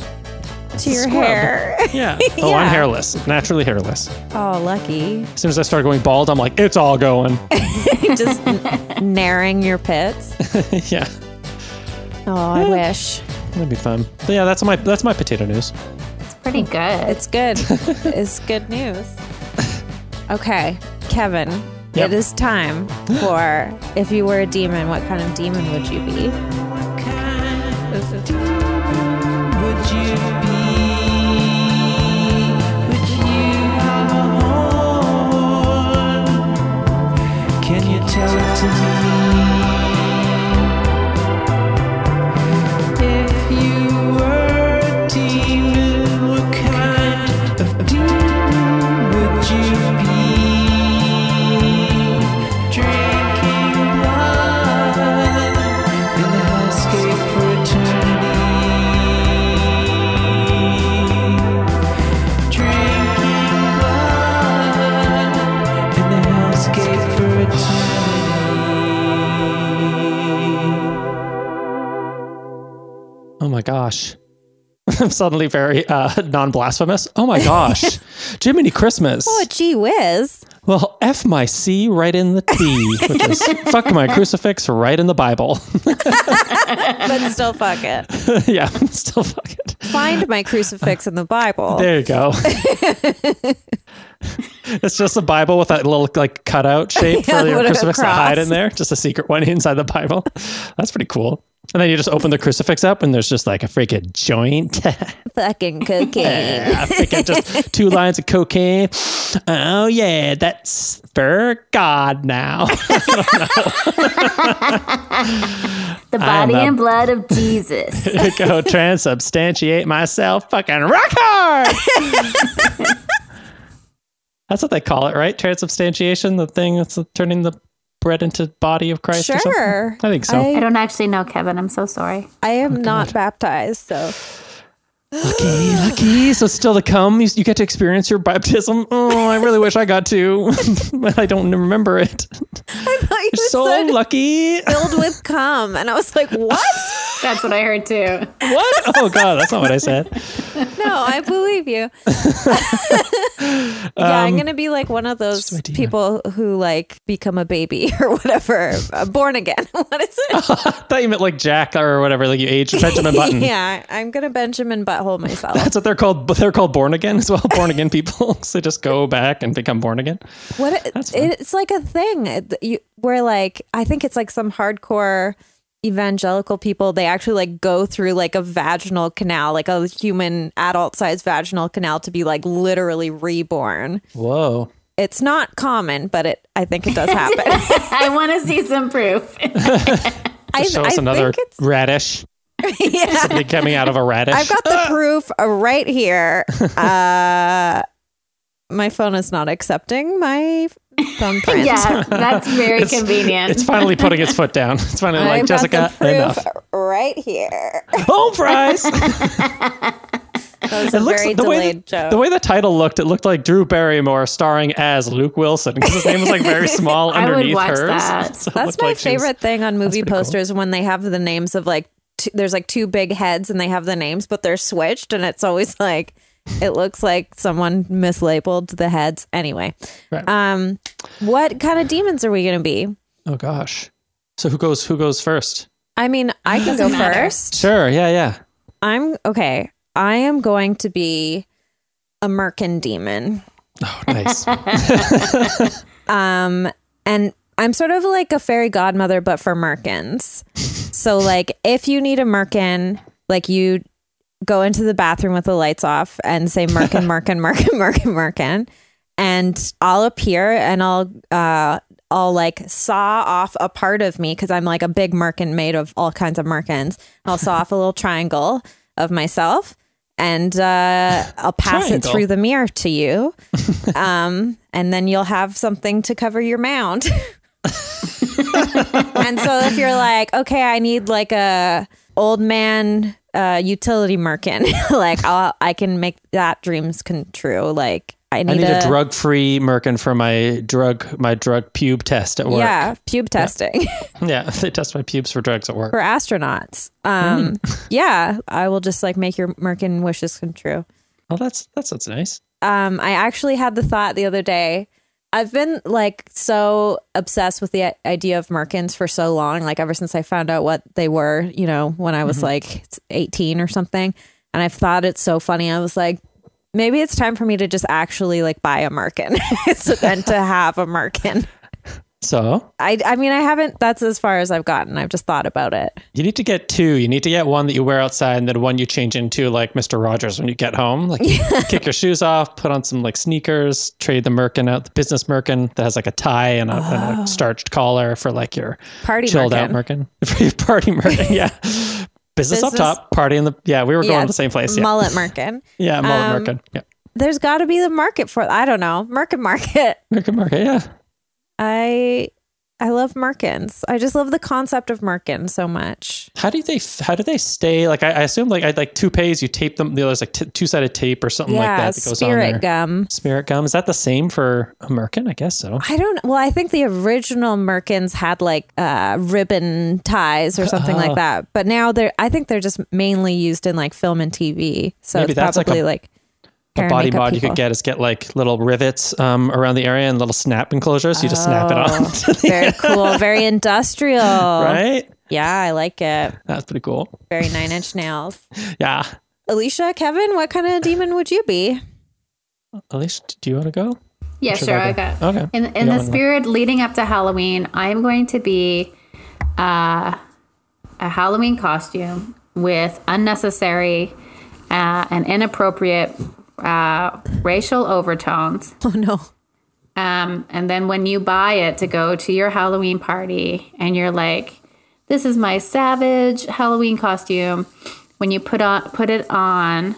Speaker 1: to your
Speaker 2: Scrub.
Speaker 1: hair.
Speaker 2: Yeah. Oh,
Speaker 1: Yeah.
Speaker 2: I'm hairless, naturally hairless.
Speaker 1: Oh, lucky.
Speaker 2: As soon as I start going bald, I'm like, it's all going.
Speaker 1: Just n- naring your pits.
Speaker 2: yeah,
Speaker 1: Oh, I wish.
Speaker 2: that'd be fun. But yeah, that's my that's my potato news.
Speaker 3: It's pretty good.
Speaker 1: It's good. it's good news. Okay, Kevin.
Speaker 2: Yep.
Speaker 1: It is time for if you were a demon, what kind of demon would you be?
Speaker 4: Can you tell it to me? If you were a demon, what kind of demon would you be? Drinking blood in the hellscape for eternity. Drinking blood in the hellscape for eternity.
Speaker 2: Oh my gosh. I'm suddenly very uh, non blasphemous. Oh my gosh. Jiminy Christmas.
Speaker 1: Oh, gee whiz.
Speaker 2: Well, F my C right in the T, which is fuck my crucifix right in the Bible.
Speaker 1: But still, fuck it.
Speaker 2: yeah, still fuck it.
Speaker 1: Find my crucifix in the Bible.
Speaker 2: There you go. it's just a Bible with that little like cutout shape
Speaker 1: Yeah,
Speaker 2: for your
Speaker 1: with a
Speaker 2: crucifix to hide
Speaker 1: cross.
Speaker 2: in there. Just a secret one inside the Bible. That's pretty cool. And then you just open the crucifix up, and there's just like a freaking joint.
Speaker 1: Fucking cocaine.
Speaker 2: Yeah, freaking just two lines of cocaine. Oh yeah, that's for God now.
Speaker 3: The
Speaker 2: am
Speaker 3: body
Speaker 2: a-
Speaker 3: and blood of Jesus.
Speaker 2: Go transubstantiate myself. Fucking rock hard. that's what they call it, right? Transubstantiation, the thing that's turning the bread into body of Christ. or something?
Speaker 1: Sure.
Speaker 2: I think so. Oh
Speaker 3: I don't actually know, Kevin. I'm so sorry.
Speaker 1: I am not baptized, so
Speaker 2: Lucky, lucky. So still to come, you, you get to experience your baptism. Oh, I really wish I got to. but I don't remember it.
Speaker 1: I
Speaker 2: You're
Speaker 1: was
Speaker 2: so lucky.
Speaker 1: filled with cum, and I was like, "What?
Speaker 3: That's what I heard too.
Speaker 2: What? Oh God, that's not what I said.
Speaker 1: No, I believe you." yeah, I'm gonna be like one of those
Speaker 2: Um, my demon.
Speaker 1: people who like become a baby or whatever, uh, born again. what is it?
Speaker 2: I thought you meant like Jack or whatever, like you aged Benjamin Button.
Speaker 1: yeah, I'm gonna Benjamin butthole myself.
Speaker 2: That's what they're called. But they're called born again as well. Born again people. so they just go back and become born again.
Speaker 1: What it, it's like a thing it- you, where like I think it's like some hardcore evangelical people they actually like go through like a vaginal canal, like a human adult sized vaginal canal to be like literally reborn.
Speaker 2: Whoa.
Speaker 1: It's not common, but it I think it does happen.
Speaker 3: I want to see some proof.
Speaker 1: I,
Speaker 2: Show us
Speaker 1: I
Speaker 2: another
Speaker 1: think it's
Speaker 2: radish.
Speaker 1: yeah.
Speaker 2: Somebody coming out of a radish.
Speaker 1: I've got the proof uh, right here. Uh, my phone is not accepting my thumbprint.
Speaker 3: yeah, that's very
Speaker 2: It's-
Speaker 3: convenient.
Speaker 2: It's finally putting its foot down. It's finally like
Speaker 1: I've
Speaker 2: Jessica,
Speaker 1: got the proof
Speaker 2: enough.
Speaker 1: right here.
Speaker 2: Home fries.
Speaker 1: That was
Speaker 2: It
Speaker 1: a
Speaker 2: looks
Speaker 1: very
Speaker 2: the way
Speaker 1: delayed
Speaker 2: the,
Speaker 1: joke.
Speaker 2: the way the title looked. It looked like Drew Barrymore starring as Luke Wilson because his name was like very small
Speaker 3: I would
Speaker 2: underneath
Speaker 3: watch
Speaker 2: hers.
Speaker 3: that.
Speaker 2: So it
Speaker 1: That's
Speaker 2: looked
Speaker 1: my
Speaker 2: like she was-
Speaker 1: favorite thing on movie
Speaker 2: pretty cool.
Speaker 1: posters when they have the names of like t- there's like two big heads and they have the names but they're switched and it's always like it looks like someone mislabeled the heads anyway.
Speaker 2: Right.
Speaker 1: Um what kind of demons are we going to be?
Speaker 2: Oh gosh. So who goes? Who goes first?
Speaker 1: I mean, I can go
Speaker 3: Doesn't matter.
Speaker 1: first.
Speaker 2: Sure. Yeah. Yeah.
Speaker 1: I'm okay. I am going to be a merkin demon.
Speaker 2: Oh, nice.
Speaker 1: Um, and I'm sort of like a fairy godmother, but for merkins. so like, if you need a merkin, like you go into the bathroom with the lights off and say merkin, merkin, merkin, merkin, merkin, and I'll appear and I'll uh. I'll like saw off a part of me because I'm like a big merkin made of all kinds of merkins. I'll saw off a little triangle of myself and uh, I'll pass
Speaker 2: Triangle.
Speaker 1: it through the mirror to you. um, and then you'll have something to cover your mound. and so if you're like, okay, I need like a old man uh, utility merkin, like I'll, I can make that dreams come true. Like I need,
Speaker 2: I need a drug free merkin for my drug my drug pube test at work.
Speaker 1: yeah, pube testing.
Speaker 2: Yeah, they test my pubes for drugs at work.
Speaker 1: for astronauts. Um, Yeah, I will just like make your Merkin wishes come true.
Speaker 2: Oh, that's that sounds nice.
Speaker 1: Um, I actually had the thought the other day. I've been like so obsessed with the i- idea of Merkins for so long, like ever since I found out what they were, you know, when I was
Speaker 2: Mm-hmm.
Speaker 1: like 18 or something. And I've thought it's so funny. I was like, maybe it's time for me to just actually like buy a Merkin so then to have a Merkin.
Speaker 2: So
Speaker 1: I, I mean, I haven't, that's as far as I've gotten. I've just thought about it.
Speaker 2: you need to get two. You need to get one that you wear outside, and then one you change into like Mister Rogers when you get home. Like kick your shoes off, put on some like sneakers, trade the merkin out, the business merkin that has like a tie and a, and a starched collar for like your
Speaker 1: Oh. Party
Speaker 2: chilled out
Speaker 1: Merkin.
Speaker 2: merkin for your party merkin. Yeah, business, up
Speaker 1: Business-
Speaker 2: top, party in the yeah. We were going
Speaker 1: Yeah,
Speaker 2: to the same place. Yeah,
Speaker 1: Mullet Merkin.
Speaker 2: yeah, mullet
Speaker 1: um,
Speaker 2: merkin. Yeah,
Speaker 1: There's got to be the market for I don't know. Merkin market.
Speaker 2: merkin merkin. Yeah.
Speaker 1: I I love merkins. I just love the concept of merkin so much.
Speaker 2: How do they? How do they stay? Like I, I assume, like I like toupees. You tape them. There's like t- two sided tape or something like
Speaker 1: yeah,
Speaker 2: that that goes on
Speaker 1: spirit
Speaker 2: there.
Speaker 1: gum.
Speaker 2: Spirit gum is that the same for a merkin? I guess so.
Speaker 1: I don't well, I think the original merkins had like uh ribbon ties or something
Speaker 2: Oh.
Speaker 1: like that. But now they're I think they're just mainly used in like film and TV. So
Speaker 2: Maybe
Speaker 1: it's
Speaker 2: that's like
Speaker 1: probably
Speaker 2: a-
Speaker 1: like, hair
Speaker 2: A
Speaker 1: and
Speaker 2: body
Speaker 1: makeup
Speaker 2: mod you
Speaker 1: people.
Speaker 2: could get is get like little rivets um, around the area and little snap enclosures. You just snap it on, to the-
Speaker 1: Very cool, very industrial.
Speaker 2: right?
Speaker 1: Yeah, I like it.
Speaker 2: That's pretty cool.
Speaker 1: Very nine inch nails.
Speaker 2: Yeah,
Speaker 1: Alicia, Kevin, what kind of demon would you be?
Speaker 2: Alicia, do you want to go?
Speaker 3: Yeah,
Speaker 2: Should
Speaker 3: sure.
Speaker 2: I
Speaker 3: I
Speaker 2: go?
Speaker 3: got.
Speaker 2: Okay.
Speaker 3: In,
Speaker 2: You
Speaker 3: in
Speaker 2: got
Speaker 3: the
Speaker 2: one.
Speaker 3: spirit leading up to Halloween, I'm going to be uh, a Halloween costume with unnecessary uh, and inappropriate uh, racial overtones.
Speaker 1: Oh no.
Speaker 3: Um, and then when you buy it to go to your Halloween party and you're like, this is my savage Halloween costume. When you put on put it on,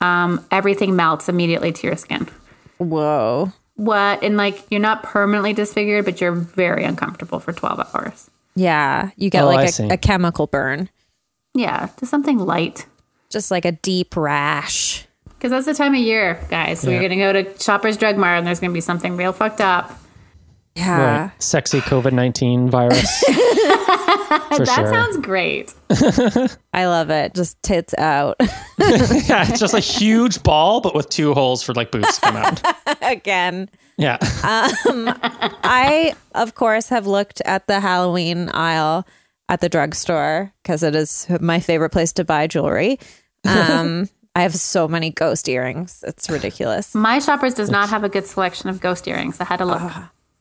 Speaker 3: um, everything melts immediately to your skin.
Speaker 1: Whoa.
Speaker 3: What and like you're not permanently disfigured, but you're very uncomfortable for 12 hours.
Speaker 1: Yeah. You get
Speaker 2: Oh, I
Speaker 1: like
Speaker 2: see.
Speaker 1: a, a chemical burn,
Speaker 3: Yeah, just something light.
Speaker 1: just like a deep rash.
Speaker 3: Because that's the time of year, guys. So you're gonna go to Shoppers Drug Mart and there's gonna be something real fucked up. Uh.
Speaker 1: Yeah.
Speaker 2: Right. Sexy COVID nineteen virus.
Speaker 3: that
Speaker 2: For sure.
Speaker 3: sounds great.
Speaker 1: I love it. Just tits out
Speaker 2: yeah, it's just a huge ball, but with two holes for like boobs to come out.
Speaker 1: again.
Speaker 2: Yeah.
Speaker 3: Uh.
Speaker 1: I, of course, have looked at the Halloween aisle at the drugstore because it is my favorite place to buy jewelry. Um, I have so many ghost earrings. It's ridiculous.
Speaker 3: My Shoppers does not have a good selection of ghost earrings. I had to look.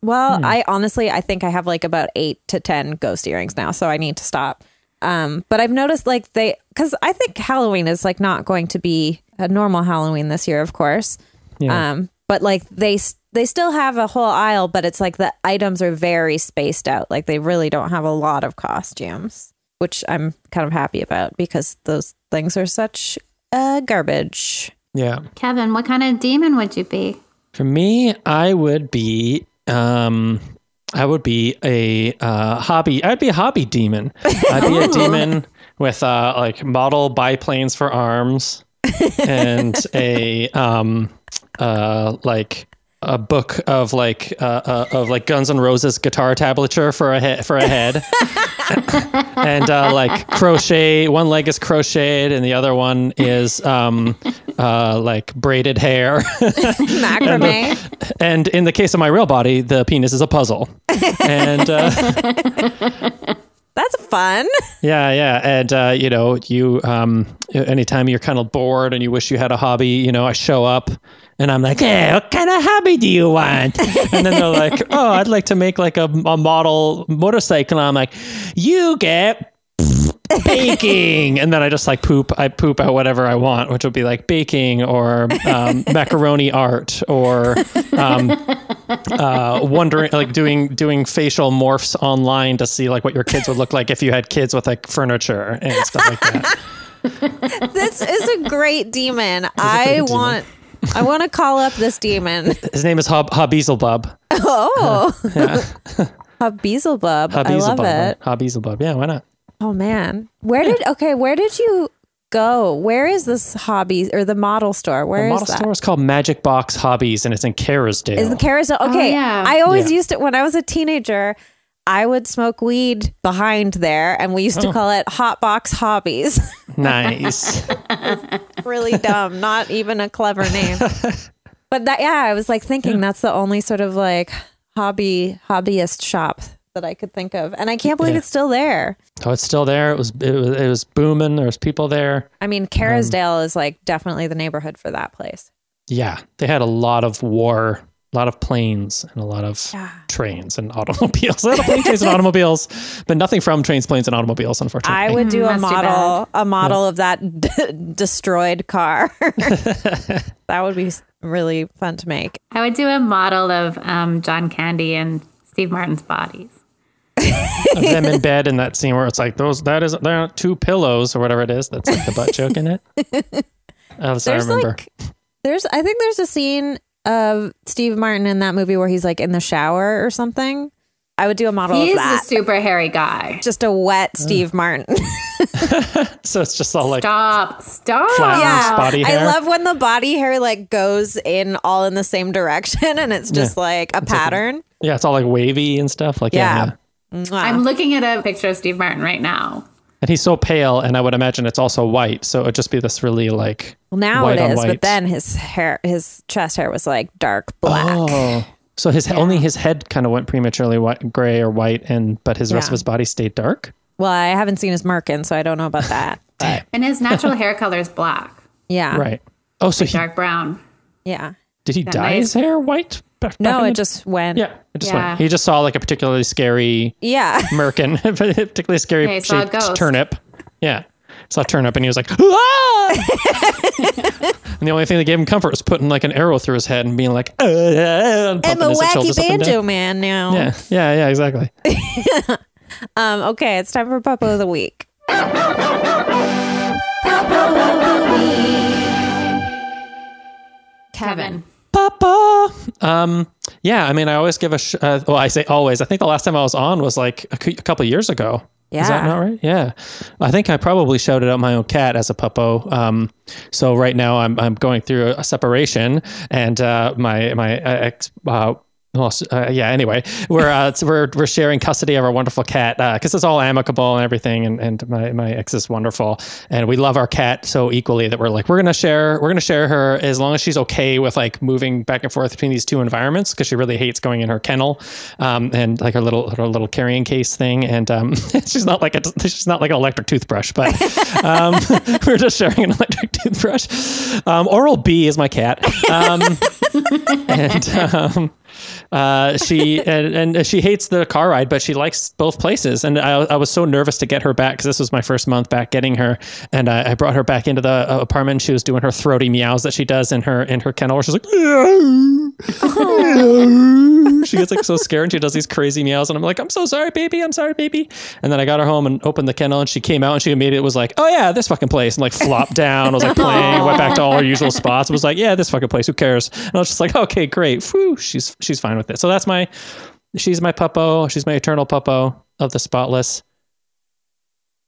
Speaker 1: Well,
Speaker 2: Hmm.
Speaker 1: I honestly, I think I have like about eight to 10 ghost earrings now, so I need to stop. Um, but I've noticed like they, because I think Halloween is like not going to be a normal Halloween this year, of course.
Speaker 2: Yeah.
Speaker 1: Um, but like they, s- they still have a whole aisle, but it's like the items are very spaced out. Like they really don't have a lot of costumes, which I'm kind of happy about because those things are such uh, garbage.
Speaker 2: yeah.
Speaker 3: Kevin, what kind of demon would you be?
Speaker 2: For me, I would be um I would be a uh, hobby. I'd be a hobby demon. I'd be a demon with uh, like model biplanes for arms and a um uh like a book of like uh, uh of like Guns N' Roses guitar tablature for a he- for a head and uh, like crochet. One leg is crocheted and the other one is um uh like braided hair.
Speaker 1: Macrame.
Speaker 2: And in the case of my real body, the penis is a puzzle. And uh,
Speaker 1: That's fun.
Speaker 2: yeah, yeah. And, uh, you know, you, um, anytime you're kind of bored and you wish you had a hobby, you know, I show up and I'm like, hey, what kind of hobby do you want? And then they're like, oh, I'd like to make like a, a model motorcycle. And I'm like, you get baking and then i just like poop i poop out whatever i want which would be like baking or um, macaroni art or um, uh, wondering like doing doing facial morphs online to see like what your kids would look like if you had kids with like furniture and stuff like that
Speaker 1: This is a great demon. I
Speaker 2: demon.
Speaker 1: want. I want to call up this demon.
Speaker 2: His name is Hob Hobbeelzebub.
Speaker 1: Oh, a Beelzebub. I love it.
Speaker 2: Hobbeelzebub. Hobbeelzebub. Yeah, why not?
Speaker 1: Oh man, where did okay? Where did you go? Where is this hobby or the model store? Where is
Speaker 2: Model
Speaker 1: that?
Speaker 2: store is called Magic Box Hobbies, and it's in Kerrisdale.
Speaker 1: Is the carousel okay?
Speaker 3: yeah.
Speaker 1: I always
Speaker 2: Yeah.
Speaker 1: used it when I was a teenager. I would smoke weed behind there, and we used
Speaker 2: Oh.
Speaker 1: to call it hot box hobbies.
Speaker 2: nice.
Speaker 1: really dumb, not even a clever name. But that, yeah, I was like thinking that's the only sort of like hobby hobbyist shop that I could think of, and I can't believe
Speaker 2: Yeah.
Speaker 1: it's still there.
Speaker 2: oh, it's still there. It was it was, it was booming. There was people there.
Speaker 1: I mean, Kerrisdale is like definitely the neighborhood for that place.
Speaker 2: Yeah, they had a lot of war, a lot of planes, and a lot of
Speaker 1: Yeah.
Speaker 2: trains and automobiles. a lot of plane trains and automobiles, but nothing from trains, planes, and automobiles. Unfortunately,
Speaker 1: I would do a
Speaker 3: that's too
Speaker 1: model, a model of that d- destroyed car. that would be s- really fun to make.
Speaker 3: I would do a model of um, John Candy and Steve Martin's bodies.
Speaker 2: of them in bed in that scene where it's like those that is there are two pillows or whatever it is that's like the butt joke in it. Oh, that's what I
Speaker 1: There's
Speaker 2: remember.
Speaker 1: like, there's I think there's a scene of Steve Martin in that movie where he's like in the shower or something. I would do a model
Speaker 3: He's
Speaker 1: of
Speaker 3: a
Speaker 1: that.
Speaker 3: super hairy guy.
Speaker 1: just a wet Steve Martin.
Speaker 2: so it's just all like
Speaker 3: Stop! Stop!
Speaker 2: Flat. Just body
Speaker 1: I
Speaker 2: hair?
Speaker 1: love when the body hair like goes in all in the same direction and it's just like a pattern.
Speaker 2: yeah, it's all like wavy and uh, stuff. Like yeah.
Speaker 1: Yeah.
Speaker 2: yeah.
Speaker 1: Mwah.
Speaker 3: I'm looking at a picture of Steve Martin right now.
Speaker 2: And he's so pale, and I would imagine it's also white, so it'd just be this really like
Speaker 1: well, now
Speaker 2: white
Speaker 1: it
Speaker 2: on
Speaker 1: is, but
Speaker 2: white.
Speaker 1: then his hair, his chest hair was like dark black.
Speaker 2: oh. So his only his head kind of went prematurely white, gray or white, and but his rest
Speaker 1: Yeah.
Speaker 2: of his body stayed dark.
Speaker 1: Well, I haven't seen his merkin, so I don't know about that. But
Speaker 3: And his natural hair color is black,
Speaker 1: yeah,
Speaker 2: Right. Oh, so he,
Speaker 3: dark brown.
Speaker 1: yeah.
Speaker 2: did he dye his hair white? Back, back
Speaker 1: No,
Speaker 2: in
Speaker 1: it
Speaker 2: the-
Speaker 1: just went.
Speaker 2: yeah, it just
Speaker 3: Yeah.
Speaker 2: went. He just saw like a particularly scary
Speaker 1: yeah.
Speaker 2: merkin, a particularly scary
Speaker 3: Yeah, he saw a
Speaker 2: shaped
Speaker 3: ghost.
Speaker 2: turnip. Yeah, saw a turnip, and he was like, ah! and the only thing that gave him comfort was putting like an arrow through his head and being like, "Ah," and
Speaker 1: I'm
Speaker 2: pumping
Speaker 1: a
Speaker 2: his
Speaker 1: wacky
Speaker 2: shoulders up and down.
Speaker 1: banjo man now.
Speaker 2: Yeah, yeah, yeah, exactly.
Speaker 1: Um, okay, it's time for Popo of the Week. Kevin.
Speaker 2: Papa. Um, yeah, I mean, I always give a. Sh- uh, well, I say always. I think the last time I was on was like a, cou- a couple years ago. Is that
Speaker 1: Yeah.
Speaker 2: not right? Yeah. I think I probably shouted out my own cat as a puppo. Um, so right now I'm, I'm going through a separation and uh, my my uh, ex. Uh, well, s- uh, yeah. Anyway, we're uh, it's- we're we're sharing custody of our wonderful cat because it's all amicable and everything. And, and my, my ex is wonderful, and we love our cat so equally that we're like we're gonna share we're gonna share her as long as she's okay with like moving back and forth between these two environments because she really hates going in her kennel, um, and like her little her little carrying case thing. And um, she's not like a she's not like an electric toothbrush, but um, we're just sharing an electric toothbrush. Um, Oral B is my cat. Um, and um, uh, she and, and she hates the car ride, but she likes both places. And I, I was so nervous to get her back because this was my first month back getting her, and I, I brought her back into the uh, apartment. And she was doing her throaty meows that she does in her in her kennel. Where she's like, she gets like so scared and she does these crazy meows, and I'm like, I'm so sorry, baby, I'm sorry, baby. And then I got her home and opened the kennel, and she came out and she immediately was like, Oh yeah, this fucking place, and like flopped down. I was like playing, went back to all her usual spots. Was like, Yeah, this fucking place. Who cares? And I was just like, Okay, great. Whew, she's she's fine with it. So that's my she's my puppo. She's my eternal puppo of the spotless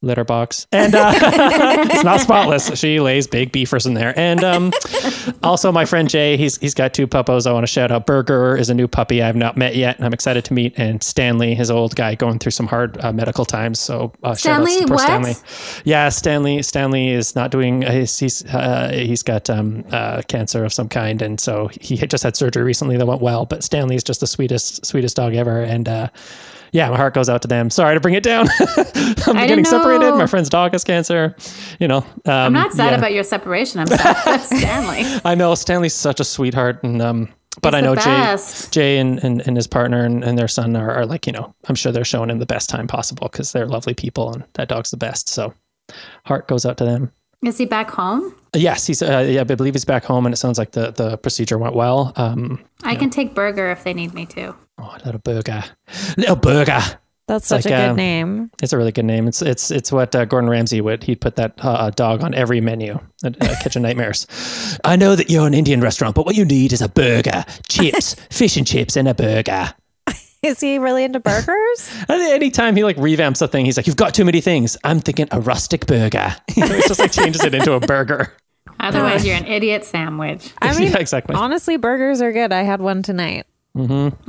Speaker 2: litter box. And uh, it's not spotless. She lays big beefers in there. And um, also my friend Jay, he's he's got two puppos I want to shout out. Burger is a new puppy I've not met yet and I'm excited to meet. And Stanley, his old guy going through some hard uh, medical times. So uh, shout outs
Speaker 3: Stanley,
Speaker 2: to poor
Speaker 3: what?
Speaker 2: Stanley. Yeah, Stanley. Stanley is not doing. He's he's, uh, he's got um, uh, cancer of some kind, and so he had just had surgery recently that went well. But Stanley's just the sweetest, sweetest dog ever, and uh, yeah, my heart goes out to them. Sorry to bring it down. I'm
Speaker 3: I
Speaker 2: getting
Speaker 3: don't
Speaker 2: separated.
Speaker 3: know.
Speaker 2: My friend's dog has cancer. You know, um,
Speaker 3: I'm not sad
Speaker 2: yeah.
Speaker 3: about your separation. I'm sad about Stanley.
Speaker 2: I know Stanley's such a sweetheart, and um, but
Speaker 3: He's
Speaker 2: I
Speaker 3: the
Speaker 2: know Jay,
Speaker 3: best.
Speaker 2: Jay, and, and, and his partner and, and their son are, are like you know, I'm sure they're showing him the best time possible because they're lovely people, and that dog's the best. So heart goes out to them.
Speaker 3: Is he back home?
Speaker 2: Yes, he's. Uh, yeah, I believe he's back home, and it sounds like the, the procedure went well. Um,
Speaker 3: I can take Burger if they need me to.
Speaker 2: oh, little burger, little burger.
Speaker 1: That's such
Speaker 2: like,
Speaker 1: a good
Speaker 2: uh,
Speaker 1: name.
Speaker 2: It's a really good name. It's it's it's what uh, Gordon Ramsay would he'd put that uh, dog on every menu at uh, Kitchen Nightmares. I know that you're an Indian restaurant, but what you need is a burger, chips, fish and chips, and a burger.
Speaker 1: Is he really into burgers?
Speaker 2: And anytime he like revamps a thing, he's like, "You've got too many things." I'm thinking a rustic burger. You know, it's just like changes it into a burger.
Speaker 3: Otherwise, you're an idiot sandwich.
Speaker 1: I mean,
Speaker 2: yeah, exactly.
Speaker 1: honestly, burgers are good. I had one tonight.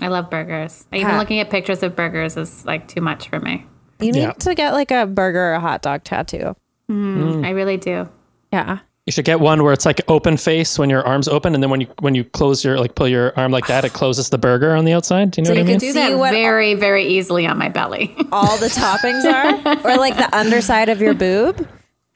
Speaker 3: I love burgers. Even
Speaker 1: Ha.
Speaker 3: looking at pictures of burgers is like too much for me.
Speaker 1: You need
Speaker 2: Yeah.
Speaker 1: to get like a burger or a hot dog tattoo.
Speaker 2: Mm.
Speaker 3: I really do.
Speaker 1: Yeah.
Speaker 2: You should get one where it's like open face when your arms open, and then when you when you close your like pull your arm like that, it closes the burger on the outside. Do you know what I
Speaker 1: you
Speaker 2: mean?
Speaker 1: can
Speaker 3: Do
Speaker 1: See
Speaker 3: that
Speaker 1: what-
Speaker 3: very, very easily on my belly.
Speaker 1: All the toppings are, or like the underside of your boob.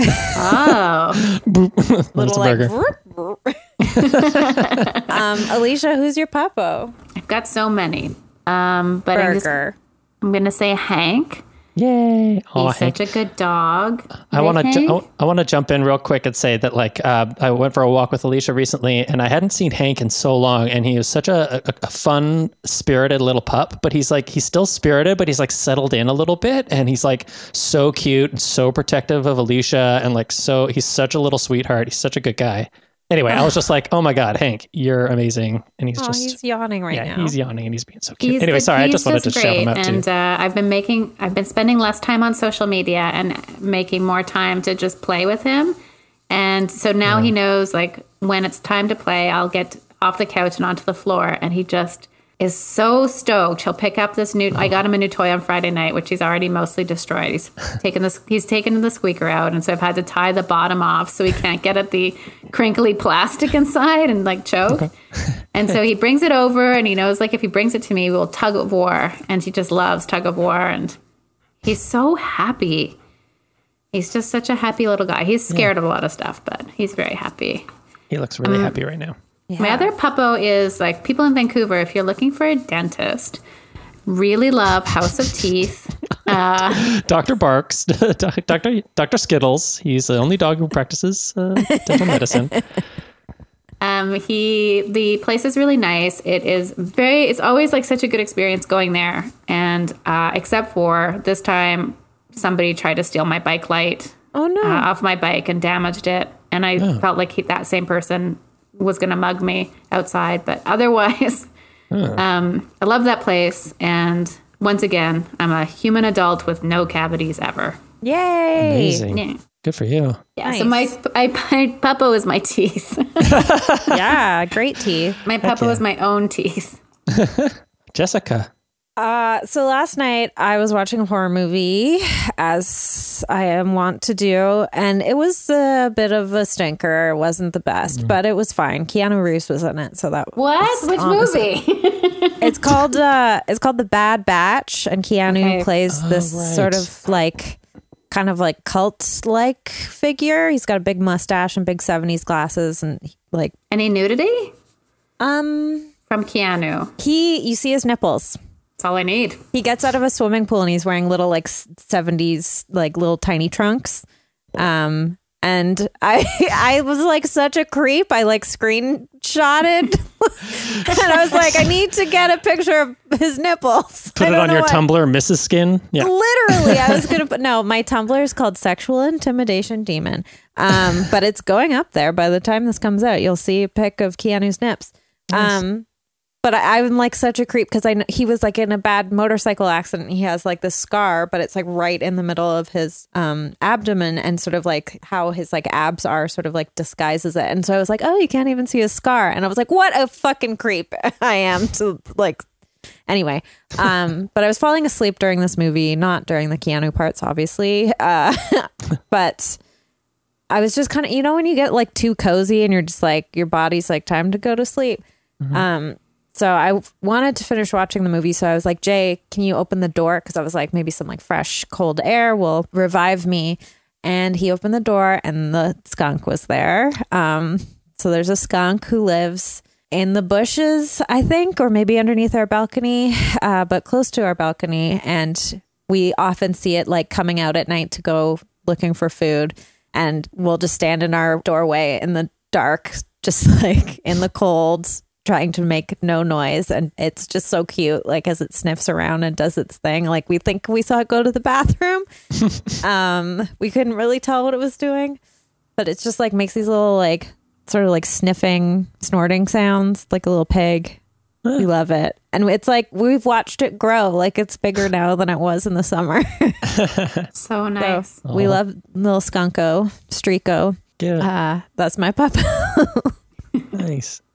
Speaker 3: oh,
Speaker 2: It's
Speaker 1: Little
Speaker 2: a
Speaker 1: like.
Speaker 2: burger.
Speaker 1: vroom, vroom. um, Alicia, who's your papo?
Speaker 3: I've got so many. Um, but I'm, just,
Speaker 1: Burger.
Speaker 3: I'm gonna say Hank.
Speaker 2: Yay! Aw,
Speaker 3: He's
Speaker 2: Oh, Hank.
Speaker 3: such a good dog.
Speaker 2: I
Speaker 3: Right,
Speaker 2: want to
Speaker 3: Hank?
Speaker 2: ju- I want to jump in real quick and say that like uh, I went for a walk with Alicia recently, and I hadn't seen Hank in so long, and he was such a, a, a fun, spirited little pup. But he's like he's still spirited, but he's like settled in a little bit, and he's like so cute and so protective of Alicia, and like so he's such a little sweetheart. He's such a good guy. Anyway, I was just like, oh my god, Hank, you're amazing, and he's
Speaker 1: Oh,
Speaker 2: just
Speaker 1: he's yawning right
Speaker 2: yeah,
Speaker 1: now.
Speaker 2: he's yawning and he's being so cute.
Speaker 3: He's
Speaker 2: anyway,
Speaker 3: the-
Speaker 2: sorry, I
Speaker 3: he's
Speaker 2: just wanted to shout him
Speaker 3: great,
Speaker 2: out too.
Speaker 3: And uh, I've been making, I've been spending less time on social media and making more time to just play with him. And so now he knows, like, when it's time to play, I'll get off the couch and onto the floor, and he just is so stoked. He'll pick up this new. I got him a new toy on Friday night, which he's already mostly destroyed. He's taken this. He's taken the squeaker out, and so I've had to tie the bottom off so he can't get at the crinkly plastic inside and like choke. And so he brings it over, and he knows like if he brings it to me, we'll tug of war, and he just loves tug of war, and he's so happy. He's just such a happy little guy. He's scared of a lot of stuff, but he's very happy.
Speaker 2: he looks really
Speaker 3: uh-huh.
Speaker 2: happy right now.
Speaker 3: My other puppo is like people in Vancouver. If you're looking for a dentist, really love House of Teeth.
Speaker 2: Dr. Barks, Dr. Dr. Skittles. He's the only dog who practices uh, dental medicine.
Speaker 3: Um, he the place is really nice. It is very. It's always like such a good experience going there. And uh, except for this time, somebody tried to steal my bike light
Speaker 1: Oh no.
Speaker 3: uh,
Speaker 2: Ah.
Speaker 3: off my bike and damaged it. And I felt like he, that same person was going to mug me outside. But otherwise, um, I love that place. And once again, I'm a human adult with no cavities ever.
Speaker 1: Yay.
Speaker 2: Amazing.
Speaker 3: Yeah.
Speaker 2: Good for you.
Speaker 3: Yeah, So my, I, my puppo is my teeth.
Speaker 1: Yeah. Great teeth.
Speaker 3: my puppo is my own teeth.
Speaker 2: Jessica.
Speaker 1: Uh, so last night I was watching a horror movie, as I am wont to do, and it was a bit of a stinker. It wasn't the best,
Speaker 2: Mm.
Speaker 1: but it was fine. Keanu Reeves was in it, so that
Speaker 3: What? Which movie?
Speaker 1: it's called uh, it's called The Bad Batch, and Keanu
Speaker 3: Okay.
Speaker 1: plays this
Speaker 2: Oh, right.
Speaker 1: sort of like kind of like cult like figure. He's got a big mustache and big seventies glasses, and he, like
Speaker 3: Any nudity
Speaker 1: um,
Speaker 3: from Keanu?
Speaker 1: he you see his nipples.
Speaker 3: That's all I need.
Speaker 1: He gets out of a swimming pool and he's wearing little like seventies like little tiny trunks. Um and I I was like such a creep. I like screenshotted and I was like, I need to get a picture of his nipples.
Speaker 2: Put
Speaker 1: I
Speaker 2: it
Speaker 1: don't
Speaker 2: on
Speaker 1: know
Speaker 2: your
Speaker 1: why.
Speaker 2: tumbler, Mrs. Skin. Yeah.
Speaker 1: Literally, I was gonna put no, my Tumblr is called Sexual Intimidation Demon. Um, but it's going up there. By the time this comes out, you'll see a pic of Keanu's nips. Um but I, I'm like such a creep because I know he was like in a bad motorcycle accident. He has like this scar, but it's like right in the middle of his um, abdomen and sort of like how his like abs are sort of like disguises it. And so I was like, oh, you can't even see his scar. And I was like, what a fucking creep I am to like. Anyway, um, but I was falling asleep during this movie, not during the Keanu parts, obviously. Uh, but I was just kind of, you know, when you get like too cozy and you're just like, your body's like, time to go to sleep. Um, so I w- wanted to finish watching the movie. So I was like, Jay, can you open the door? Because I was like, maybe some like fresh, cold air will revive me. And he opened the door and the skunk was there. Um, so there's a skunk who lives in the bushes, I think, or maybe underneath our balcony, uh, but close to our balcony. And we often see it like coming out at night to go looking for food and we'll just stand in our doorway in the dark just like in the cold trying to make no noise and it's just so cute like as it sniffs around and does its thing like we think we saw it go to the bathroom um we couldn't really tell what it was doing but it's just like makes these little like sort of like sniffing snorting sounds like a little pig we love it and it's like we've watched it grow like it's bigger now than it was in the summer
Speaker 3: So nice.
Speaker 1: we love little skunko streako uh
Speaker 2: Yeah.
Speaker 1: that's my pup
Speaker 2: nice.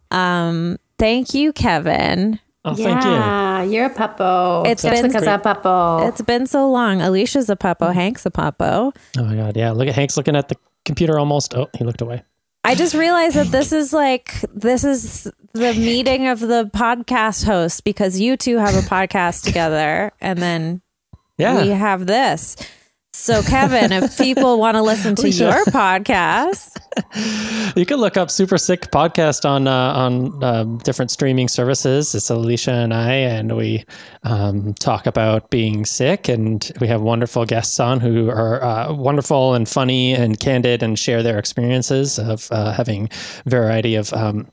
Speaker 1: thank you kevin
Speaker 2: Oh, thank you.
Speaker 3: yeah, you. are a puppo.
Speaker 1: It's been
Speaker 3: Jessica's a puppo.
Speaker 1: It's been so long. Alicia's a popo. Hank's a popo.
Speaker 2: Oh my god. Yeah. Look at Hank's looking at the computer almost. Oh, he looked away.
Speaker 1: I just realized that this is like this is the meeting of the podcast hosts because you two have a podcast together, and then
Speaker 2: Yeah.
Speaker 1: we have this. So, Kevin, if people want to listen to
Speaker 2: Alicia.
Speaker 1: your podcast,
Speaker 2: You can look up Super Sick Podcast on uh, on uh, different streaming services. It's Alicia and I, and we um, talk about being sick, and we have wonderful guests on who are uh, wonderful and funny and candid, and share their experiences of uh, having variety of um,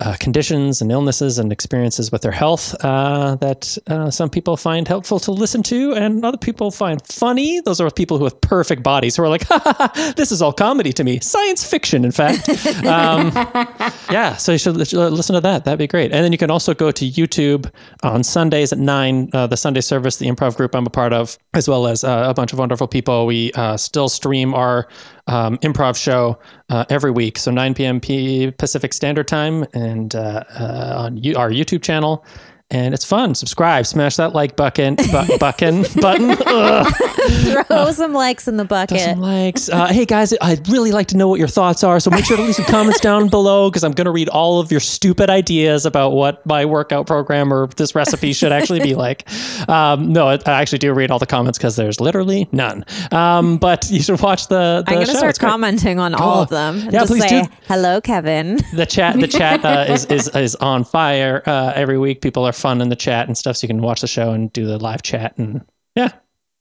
Speaker 2: uh, conditions and illnesses and experiences with their health uh, that uh, some people find helpful to listen to, and other people find funny. Those are people who have perfect bodies who are like, "This is all comedy to me, science fiction." In fact. Yeah, so you should li- should listen to that. That'd be great. And then you can also go to YouTube on Sundays at nine. Uh, the Sunday service, the improv group I'm a part of, as well as uh, a bunch of wonderful people. We uh, still stream our um, improv show uh, every week, so 9 p.m. P- Pacific Standard Time, and uh, uh, on you- our YouTube channel. And it's fun. Subscribe, smash that like button, bu- button, button. Ugh
Speaker 1: throw some likes in the bucket.
Speaker 2: some likes. Uh, hey guys, I'd really like to know what your thoughts are, so make sure to leave some comments down below because I'm going to read all of your stupid ideas about what my workout program or this recipe should actually be like. Um, no, I, I actually do read all the comments because there's literally none. Um, but you should watch the. the
Speaker 1: I'm going to
Speaker 2: show.
Speaker 1: start
Speaker 2: It's great.
Speaker 1: commenting on all
Speaker 2: Oh,
Speaker 1: of them. and
Speaker 2: yeah,
Speaker 1: just
Speaker 2: please
Speaker 1: say,
Speaker 2: do.
Speaker 1: Hello, Kevin.
Speaker 2: The chat, the chat uh, is, is is on fire uh, every week. People are fun in the chat and stuff, so you can watch the show and do the live chat and yeah.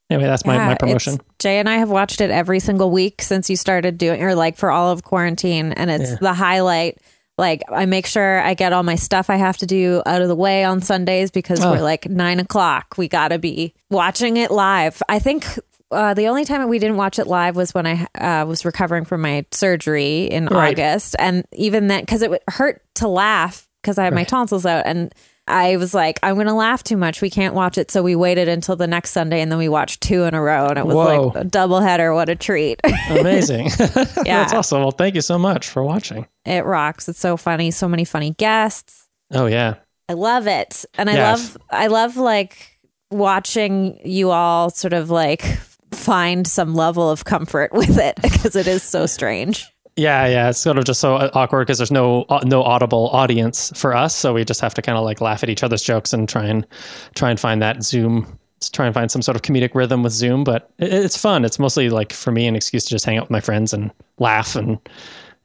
Speaker 2: Anyway, that's my,
Speaker 1: Yeah,
Speaker 2: my
Speaker 1: it's-
Speaker 2: promotion.
Speaker 1: Jay and I have watched it every single week since you started doing or like for all of quarantine and it's the highlight. Like I make sure I get all my stuff I have to do out of the way on Sundays because
Speaker 2: Oh.
Speaker 1: we're like nine o'clock. We gotta be watching it live. I think uh, the only time that we didn't watch it live was when I uh, was recovering from my surgery in
Speaker 2: Right.
Speaker 1: August, and even then, because it would hurt to laugh because I had my tonsils out, and I was like, I'm gonna laugh too much. We can't watch it, so we waited until the next Sunday, and then we watched two in a row, and it was
Speaker 2: Whoa.
Speaker 1: like a double header. What a treat!
Speaker 2: Amazing.
Speaker 1: Yeah.
Speaker 2: That's awesome. Well, thank you so much for watching.
Speaker 1: it rocks. It's so funny. So many funny guests.
Speaker 2: Oh yeah.
Speaker 1: I love it. And I
Speaker 2: Yeah.
Speaker 1: love I love like watching you all sort of like find some level of comfort with it because it is so strange.
Speaker 2: Yeah, yeah, it's sort of just so awkward because there's no no audible audience for us, so we just have to kind of like laugh at each other's jokes and try and try and find that Zoom, try and find some sort of comedic rhythm with Zoom. But it, it's fun. It's mostly like for me an excuse to just hang out with my friends and laugh and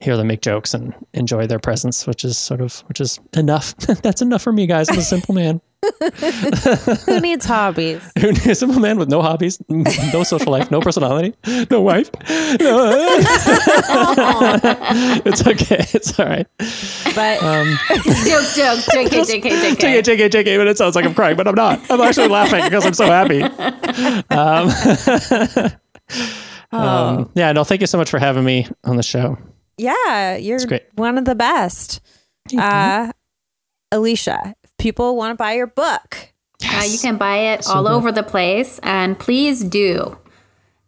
Speaker 2: hear them make jokes and enjoy their presence, which is sort of which is enough. That's enough for me, guys. I'm a simple man.
Speaker 1: Who needs hobbies?
Speaker 2: Who knew- simple man with no hobbies, no social life, no personality, no wife. No- it's okay. It's all right.
Speaker 1: But
Speaker 3: jokes, jokes, JK, JK, JK.
Speaker 2: JK, JK, JK, but it sounds like I'm crying, but I'm not. I'm actually laughing because I'm so happy.
Speaker 1: oh,
Speaker 2: Um, yeah, no, thank you so much for having me on the show.
Speaker 1: yeah, you're
Speaker 2: great.
Speaker 1: one of the best. Uh Alicia, if people want to buy your book.
Speaker 3: Uh, you can buy it all over the place, and please do.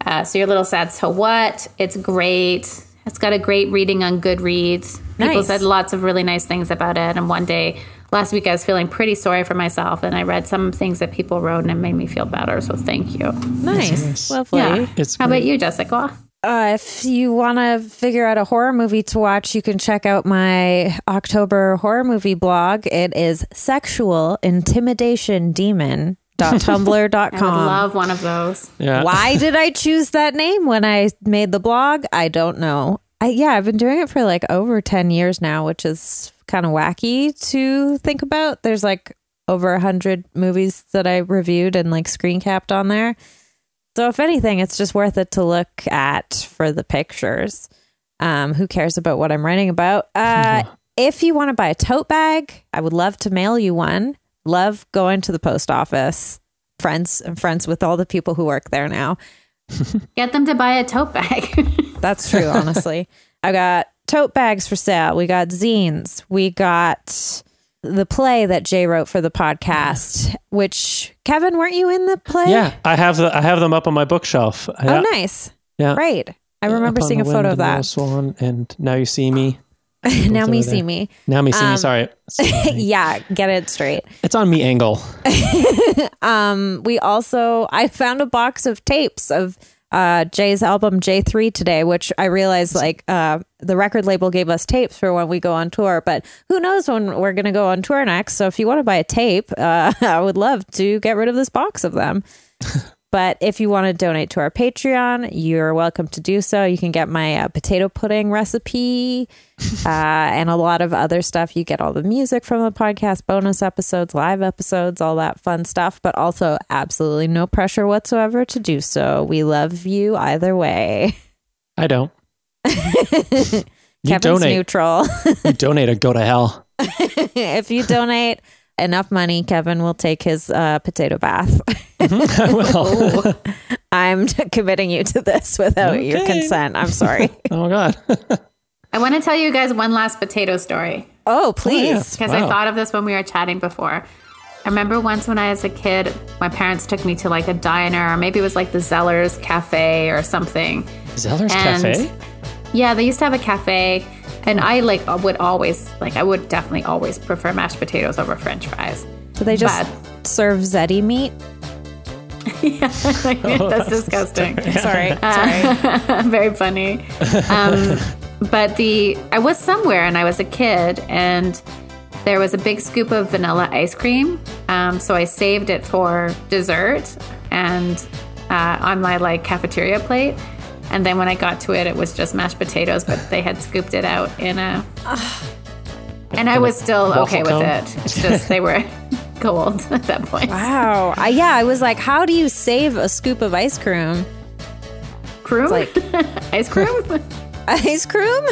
Speaker 3: Uh, so your little sad so what? It's great. It's got a great reading on Goodreads. People
Speaker 1: Nice.
Speaker 3: said lots of really nice things about it. And one day, last week, I was feeling pretty sorry for myself, and I read some things that people wrote, and it made me feel better. So thank you.
Speaker 1: Nice. Lovely.
Speaker 3: Yeah.
Speaker 2: It's
Speaker 3: How about you, Jessica?
Speaker 1: Uh, if you want to figure out a horror movie to watch, you can check out my October horror movie blog. It is sexual intimidation demon.
Speaker 3: I would
Speaker 1: tumblr.com.
Speaker 3: love one of those.
Speaker 2: Yeah.
Speaker 1: Why did I choose that name when I made the blog? I don't know. I, yeah, I've been doing it for like over 10 years now, which is kind of wacky to think about. There's like over 100 movies that I reviewed and like screen capped on there. So if anything, it's just worth it to look at for the pictures. Um, who cares about what I'm writing about? Uh, If you want to buy a tote bag, I would love to mail you one. Love going to the post office. Friends and friends with all the people who work there now.
Speaker 3: Get them to buy a tote bag.
Speaker 1: That's true, honestly. I got tote bags for sale. We got zines. We got the play that Jay wrote for the podcast, which Kevin, weren't you in the play?
Speaker 2: Yeah, I have the I have them up on my bookshelf.
Speaker 1: Oh,
Speaker 2: yeah,
Speaker 1: nice.
Speaker 2: yeah.
Speaker 1: Right. I remember
Speaker 2: Up on
Speaker 1: seeing a
Speaker 2: the Wind
Speaker 1: photo of
Speaker 2: and Yellow
Speaker 1: that.
Speaker 2: Swan and now you see me.
Speaker 1: now
Speaker 2: over
Speaker 1: me
Speaker 2: there.
Speaker 1: see me. Um,
Speaker 2: Now me see me. Sorry, It's-
Speaker 1: Yeah, get it straight.
Speaker 2: it's on me angle.
Speaker 1: we also I found a box of tapes of uh, Jay's album J3 today, which I realized like uh, the record label gave us tapes for when we go on tour, but who knows when we're going to go on tour next. So if you want to buy a tape, uh, I would love to get rid of this box of them. But if you want to donate to our Patreon, you're welcome to do so. You can get my uh, potato pudding recipe uh, and a lot of other stuff. You get all the music from the podcast, bonus episodes, live episodes, all that fun stuff, but also absolutely no pressure whatsoever to do so. We love you either way.
Speaker 2: I don't. you
Speaker 1: Kevin's
Speaker 2: donate.
Speaker 1: neutral.
Speaker 2: You donate or go to hell.
Speaker 1: if you donate enough money, Kevin will take his uh, potato bath.
Speaker 2: I will.
Speaker 1: I'm committing you to this without your
Speaker 2: Okay.
Speaker 1: consent. I'm sorry.
Speaker 2: Oh god.
Speaker 3: I want to tell you guys one last potato story.
Speaker 1: oh, please.
Speaker 3: because I
Speaker 2: Wow.
Speaker 3: thought of this when we were chatting before. I remember once when I was a kid, my parents took me to like a diner, or maybe it was like the Zeller's Cafe or something.
Speaker 2: Zeller's
Speaker 3: And-
Speaker 2: Cafe.
Speaker 3: Yeah, they used to have a cafe, and I like uh, would always like I would definitely always prefer mashed potatoes over French fries.
Speaker 1: Do they just serve Zeti meat?
Speaker 3: That's disgusting.
Speaker 1: Sorry. Uh, Sorry.
Speaker 3: Uh, very funny. Um, but the I was somewhere and I was a kid and there was a big scoop of vanilla ice cream. Um, so I saved it for dessert and uh, on my like cafeteria plate. And then when I got to it, it was just mashed potatoes, but they had scooped it out in a. And I was still
Speaker 2: waffle
Speaker 3: okay with
Speaker 2: cone?
Speaker 3: it. It's just they were cold at that point.
Speaker 1: Wow. I, yeah, I was like, how do you save a scoop of ice cream?
Speaker 3: Croom?
Speaker 1: like-
Speaker 3: ice cream?
Speaker 1: Ice cream?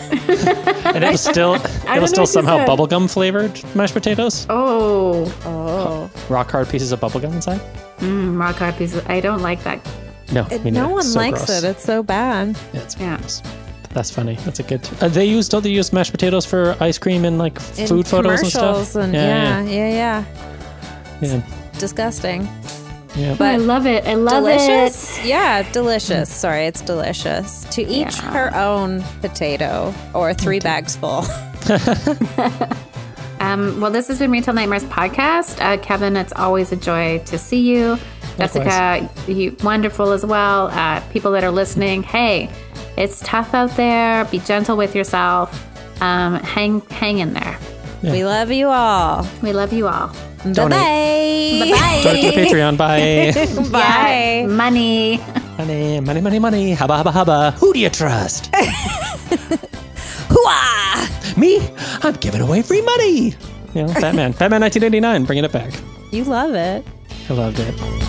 Speaker 2: And it was still it
Speaker 3: know
Speaker 2: was
Speaker 3: what
Speaker 2: still
Speaker 3: you
Speaker 2: somehow
Speaker 3: said.
Speaker 2: bubblegum flavored mashed potatoes.
Speaker 3: oh,
Speaker 1: Oh.
Speaker 2: Rock hard pieces of bubblegum inside.
Speaker 3: mm, rock hard pieces. I don't like that
Speaker 2: No, we know
Speaker 1: no one
Speaker 2: it's so
Speaker 1: likes
Speaker 2: gross.
Speaker 1: it. It's so bad.
Speaker 2: Yeah, it's
Speaker 3: Yeah.
Speaker 2: gross. That's funny. That's a good. Uh, they use don't they use mashed potatoes for ice cream and like
Speaker 1: In
Speaker 2: food photos and
Speaker 1: commercials
Speaker 2: stuff?
Speaker 1: yeah,
Speaker 2: yeah,
Speaker 1: yeah, yeah,
Speaker 2: yeah,
Speaker 1: Disgusting.
Speaker 2: yeah.
Speaker 1: But
Speaker 3: I love it. I love it.
Speaker 1: delicious. Yeah, delicious. Sorry, it's delicious. To each
Speaker 3: Yeah.
Speaker 1: her own potato or three bags full.
Speaker 3: Um, well, this has been Retail Nightmares podcast. Uh, Kevin, it's always a joy to see you. Jessica, you wonderful as well. Uh, people that are listening, hey, it's tough out there. Be gentle with yourself. Um, hang, hang in there.
Speaker 1: We love you all.
Speaker 3: We love you all.
Speaker 1: Bye bye.
Speaker 2: Donate to the Patreon. Bye.
Speaker 1: Bye.
Speaker 3: Money.
Speaker 2: money, money, money, money. Hubba, hubba, hubba. Who do you trust?
Speaker 1: Hooah!
Speaker 2: Me? I'm giving away free money. You know, Batman. Batman 1989. Bringing it back.
Speaker 1: You love it.
Speaker 2: I loved it.